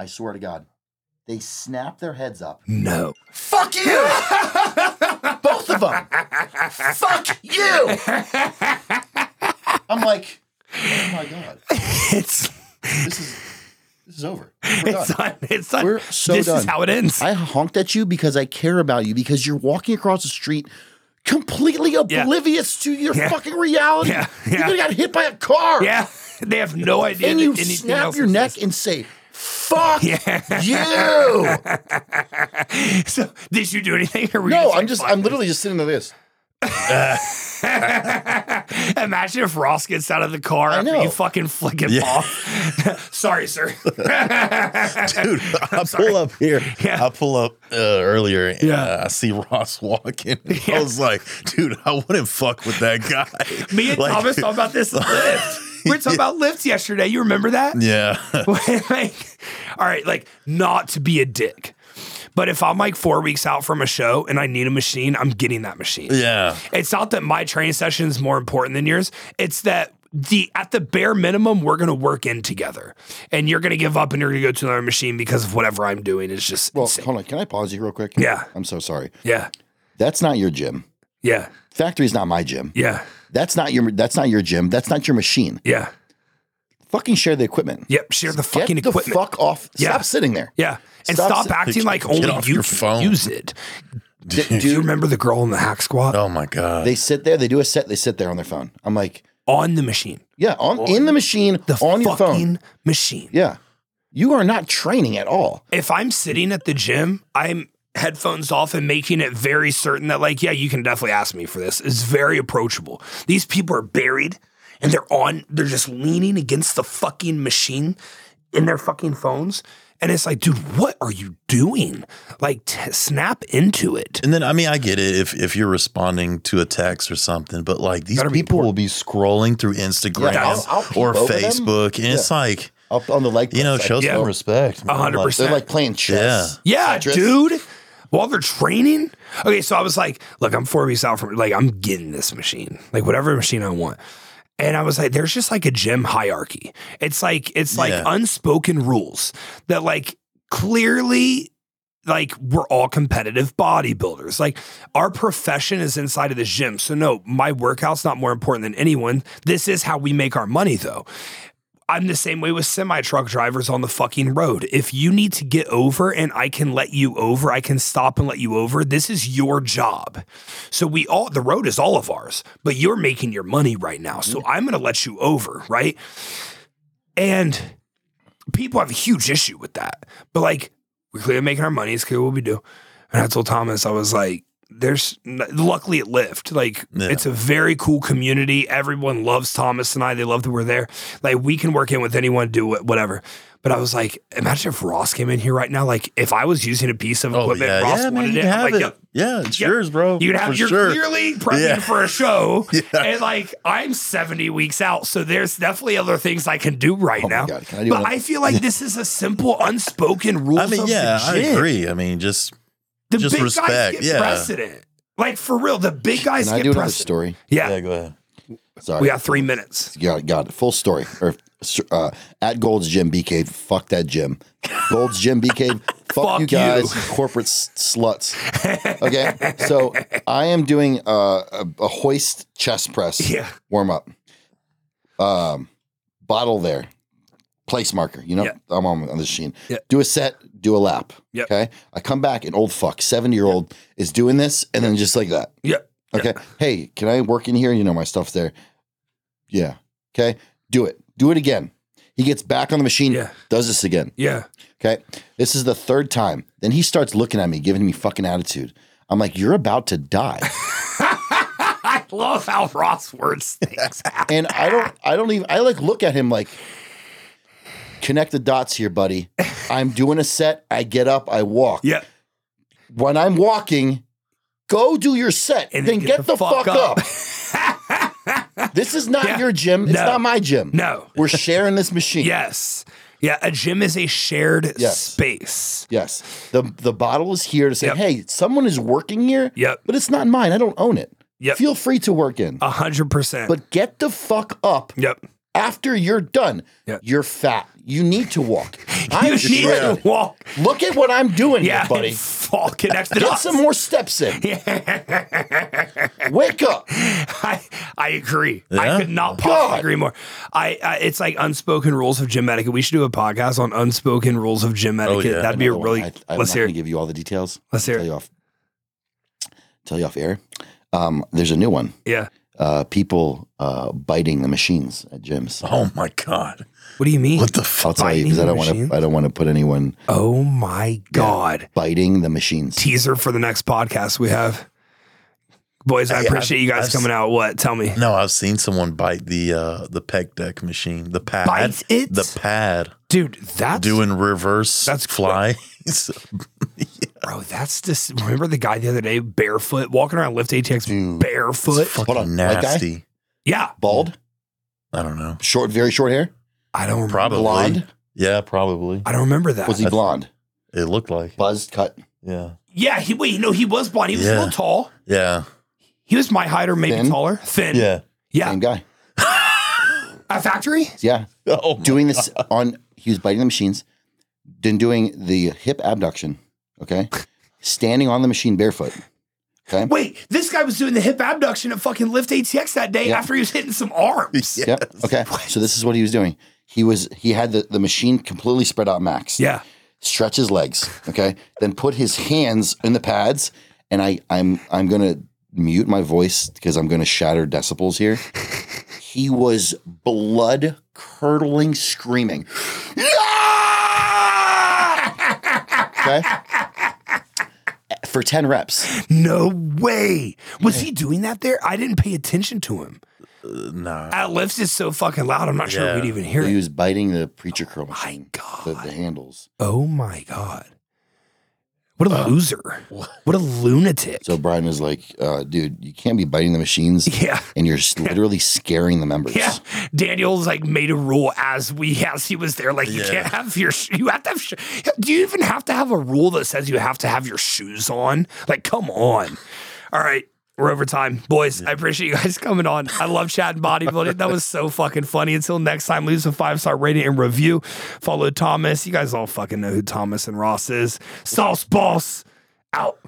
S2: I swear to God, they snap their heads up.
S1: No.
S2: Fuck you! Both of them. Fuck you! I'm like, oh my God,
S1: <laughs> It's
S2: this is this is over. We're done.
S1: it's done. It's done.
S2: We're so
S1: this is
S2: done.
S1: how it ends.
S2: I honked at you because I care about you because you're walking across the street completely oblivious to your
S1: Yeah.
S2: fucking reality.
S1: Yeah.
S2: You
S1: Yeah.
S2: could've got hit by a car.
S1: yeah. <laughs> They have no idea.
S2: And
S1: that
S2: you
S1: anything
S2: snap
S1: else
S2: your neck
S1: exists.
S2: and say, fuck
S1: Yeah.
S2: you.
S1: <laughs> So did you do anything? Or were
S2: No,
S1: you
S2: I'm
S1: like,
S2: just,
S1: "Fuck
S2: I'm
S1: this?"
S2: literally just sitting there this.
S1: <laughs> Imagine if Ross gets out of the car after
S2: know.
S1: you fucking flick him
S3: Yeah.
S1: off. <laughs> Sorry,
S2: <laughs>
S1: sir.
S3: <laughs> Dude, I pull up here.
S1: <laughs> Yeah.
S3: I pull up uh, earlier and
S1: Yeah.
S3: uh, I see
S1: <laughs>
S3: Ross walking.
S1: Yeah.
S3: I was like, dude, I wouldn't fuck with that guy.
S1: <laughs> Me and
S3: <laughs> Like-
S1: Thomas talked about this in Lyft. We were talking about Lyft yesterday. You remember that?
S3: Yeah.
S1: <laughs>
S3: <laughs>
S1: like, all right, like not to be a dick. But if I'm like four weeks out from a show and I need a machine, I'm getting that machine.
S3: yeah.
S1: It's not that my training session is more important than yours. It's that the at the bare minimum, we're gonna work in together. And you're gonna give up and you're gonna go to another machine because of whatever I'm doing is just
S2: Well,
S1: insane.
S2: hold on. Can I pause you real quick?
S1: Yeah.
S2: I'm so sorry.
S1: Yeah.
S2: That's not your gym.
S1: Yeah.
S2: Factory's not my gym.
S1: Yeah.
S2: That's not your. That's not your gym. That's not your machine.
S1: Yeah.
S2: Fucking share the equipment.
S1: Yep. Share the fucking
S2: Get the
S1: equipment.
S2: fuck off.
S1: Yeah.
S2: Stop sitting there.
S1: yeah. And
S2: Stop
S1: stop,
S2: sit-
S1: acting like
S3: Get
S1: only
S3: off
S1: you
S3: your
S1: can
S3: phone.
S1: use it.
S2: D-
S1: Do you
S2: dude,
S1: remember the girl in the hack squat
S3: Oh my God.
S2: they sit there. They do a set. They sit there on their phone. I'm like,
S1: on the machine?
S2: yeah, on in the machine,
S1: The fucking
S2: on your phone.
S1: machine.
S2: Yeah, you are not training at all.
S1: If I'm sitting at the gym, I'm headphones off and making it very certain that, like, yeah, you can definitely ask me for this. It's very approachable. These people are buried and they're on, they're just leaning against the fucking machine in their fucking phones. And it's like, dude, what are you doing? Like, t- snap into it.
S3: And then I mean I get it if if you're responding to a text or something, but like these
S1: Gotta be
S3: people will be scrolling through Instagram
S2: Yeah, I'll- I'll peep
S3: or
S2: over them.
S3: Facebook, and it's like
S2: Up on the leg.
S3: you know
S2: press,
S3: show
S2: like,
S1: Yeah.
S3: some respect. man.
S1: 100%.
S2: they're like playing chess.
S1: Yeah,
S2: Tetris.
S1: dude. While they're training. Okay, so I was like, look, I'm four weeks out from like I'm getting this machine, like whatever machine I want. And I was like, there's just like a gym hierarchy. It's like it's like
S3: Yeah.
S1: unspoken rules that like clearly like we're all competitive bodybuilders. Like our profession is inside of the gym. So no, my workout's not more important than anyone. This is how we make our money though. I'm the same way with semi truck drivers on the fucking road. If you need to get over and I can let you over, I can stop and let you over. This is your job. So we all, the road is all of ours, but you're making your money right now.
S3: Mm.
S1: So I'm going to let you over, right? And people have a huge issue with that. But like, we're clearly making our money. It's clear what we do. And I told Thomas, I was like, there's luckily it lived. Like,
S3: Yeah.
S1: it's a very cool community. Everyone loves Thomas and I. They love that we're there. Like, we can work in with anyone, do wh- whatever. But I was like, imagine if Ross came in here right now. Like, if I was using a piece of
S3: Oh
S1: equipment,
S3: yeah,
S1: Ross
S3: yeah, man,
S1: wanted
S3: you
S1: it.
S3: can
S1: I'm
S3: have
S1: like,
S3: it.
S1: yep,
S3: Yeah, it's
S1: Yep.
S3: yours, bro.
S1: You'd have
S3: for
S1: you're
S3: sure.
S1: clearly prepping
S3: Yeah.
S1: for a show,
S3: <laughs> Yeah.
S1: and like I'm 70 weeks out, so there's definitely other things I can do right
S2: Oh my
S1: now.
S2: God, can I do
S1: but
S2: another-
S1: I feel like this is a simple, unspoken rule.
S3: I mean, yeah, I agree. I mean, just
S1: The
S3: Just
S1: big guys
S3: respect,
S1: get
S3: yeah.
S1: precedent. Like for real, the big guys
S2: Can I
S1: get
S2: do another
S1: precedent.
S2: story?
S1: Yeah,
S3: go ahead.
S2: Sorry.
S1: we got three minutes.
S2: Got it, got it. Full story. Or uh, at Gold's Gym B Cave. Fuck that gym. Gold's Gym B
S1: <laughs>
S2: Cave. Fuck,
S1: Fuck
S2: you guys, corporate s- sluts. Okay, so I am doing uh, a, a hoist chest press
S1: <laughs> Yeah.
S2: warm up. Um, bottle there, place marker. You know,
S1: Yeah.
S2: I'm on, on the machine.
S1: Yeah.
S2: Do a set, do a lap.
S1: Yep.
S2: Okay, I come back, an old fuck, seventy year old is doing this, and then just like that.
S1: Yeah.
S2: Okay. Hey, can I work in here? You know, my stuff's there. Yeah. Okay. Do it. Do it again. He gets back on the machine,
S1: Yeah.
S2: does this again.
S1: Yeah. <laughs>
S2: Okay. This is the third time. Then he starts looking at me, giving me fucking attitude. I'm like, you're about to die.
S1: I love how Ross words things.
S3: <laughs>
S2: and I don't, I don't even, I like look at him like, connect the dots here, buddy. I'm doing a set. I get up, I walk.
S1: yeah.
S2: When I'm walking, Go do your set,
S1: And
S2: then get, the, fuck, up.
S1: <laughs>
S2: this is not
S1: Yeah.
S2: your gym. It's
S1: No.
S2: not my gym.
S1: No.
S2: We're sharing this machine.
S1: Yes. Yeah. A gym is a shared
S2: Yes.
S1: space.
S2: Yes. The the bottle is here to say,
S1: Yep.
S2: hey, someone is working here,
S1: Yep.
S2: but it's not mine. I don't own it.
S1: Yep. Uh,
S2: Feel free to work in.
S1: A hundred percent.
S2: but get the fuck up
S1: yep.
S2: after you're done.
S1: Yep.
S2: You're fat. You need to walk.
S1: <laughs> You
S2: I'm
S1: need
S2: shredded.
S1: to walk.
S2: Look at what I'm doing
S1: Yeah. <laughs>
S2: here, buddy.
S1: And fall connect the
S2: Get
S1: dots. <laughs>
S2: some more steps in. Wake up.
S1: I, I agree.
S3: Yeah?
S1: I could not possibly
S2: God.
S1: agree more. I, I it's like unspoken rules of gym etiquette. We should do a podcast on unspoken rules of gym etiquette.
S3: yeah.
S1: That'd be a
S2: Oh, Another one.
S1: really
S2: I, I'm
S1: let's
S2: not
S1: hear.
S2: gonna
S1: it.
S2: give you all the details.
S1: Let's hear
S2: Tell
S1: it.
S2: you off. Tell you off air. Um, there's a new one.
S1: Yeah.
S2: Uh, people uh, biting the machines at gyms.
S3: Oh my god!
S1: What do you mean?
S3: What the fuck?
S2: I'll tell you because I don't want
S1: Biting the
S2: to. I don't want to put anyone
S1: Oh my god.
S2: biting the machines.
S1: Teaser for the next podcast we have. Boys, I
S3: Hey,
S1: appreciate
S3: I've-
S1: you guys
S3: I've
S1: coming out. What? Tell me.
S3: No, I've seen someone bite the uh the pec deck machine, the pad,
S1: Bite it?
S3: the pad,
S1: Dude, that's
S3: doing reverse
S1: That's
S3: that's fly. <laughs>
S1: bro, that's this remember the guy the other day barefoot walking around lift ATX
S2: Dude.
S1: barefoot?
S3: fucking
S2: on, that guy?
S3: nasty.
S1: Yeah.
S2: Bald,
S3: I don't know.
S2: short, very short hair,
S1: I don't remember.
S3: Probably.
S2: blonde.
S3: Yeah, probably.
S1: I don't remember that.
S2: Was he blonde?
S3: It looked like. it.
S2: Buzzed, cut.
S3: Yeah.
S1: Yeah, he wait, no, he was blonde. He was a
S3: Yeah.
S1: little tall.
S3: Yeah.
S1: He was my height or maybe
S2: Thin?
S1: taller. Thin. <laughs>
S3: Yeah.
S1: Yeah.
S2: Same guy.
S1: At factory?
S2: Yeah,
S3: Oh, my-
S2: doing this on. He was biting the machines, then doing the hip abduction. Okay, standing on the machine barefoot. Okay.
S1: Wait, this guy was doing the hip abduction at fucking Lift ATX that day
S2: Yeah.
S1: after he was hitting some arms.
S2: <laughs>
S3: Yeah.
S2: Yep. Okay. So this is what he was doing. He was he had the, the machine completely spread out max.
S1: Yeah. <laughs>
S2: Stretch his legs. Okay. then put his hands in the pads. And I I'm I'm gonna mute my voice because I'm gonna shatter decibels here. he was blood curdling screaming. Okay. For 10 reps.
S1: no way. Was he doing that there? I didn't pay attention to him.
S3: Nah.
S1: At Lyft is so fucking loud. I'm not sure
S3: Yeah.
S1: we'd even hear
S2: He
S1: it. Oh
S2: was biting the preacher curl
S1: My
S2: machine. The, the
S1: God.
S2: handles.
S1: Oh my God. What a loser. What a lunatic.
S2: Uh, So Brian was like, uh, dude, you can't be biting the machines.
S1: <laughs> yeah.
S2: and you're s- literally scaring the members.
S1: Yeah, Daniel's like made a rule as we as he was there. Like you
S3: Yeah.
S1: can't have your sh- you have to have. Sh- Do you even have to have a rule that says you have to have your shoes on? Like, come on. All right, we're over time, boys. I appreciate you guys coming on. I love chat and bodybuilding. that was so fucking funny. Until next time, leave us a five star rating and review. Follow Thomas. You guys all fucking know who Thomas and Ross is. Sauce Boss out.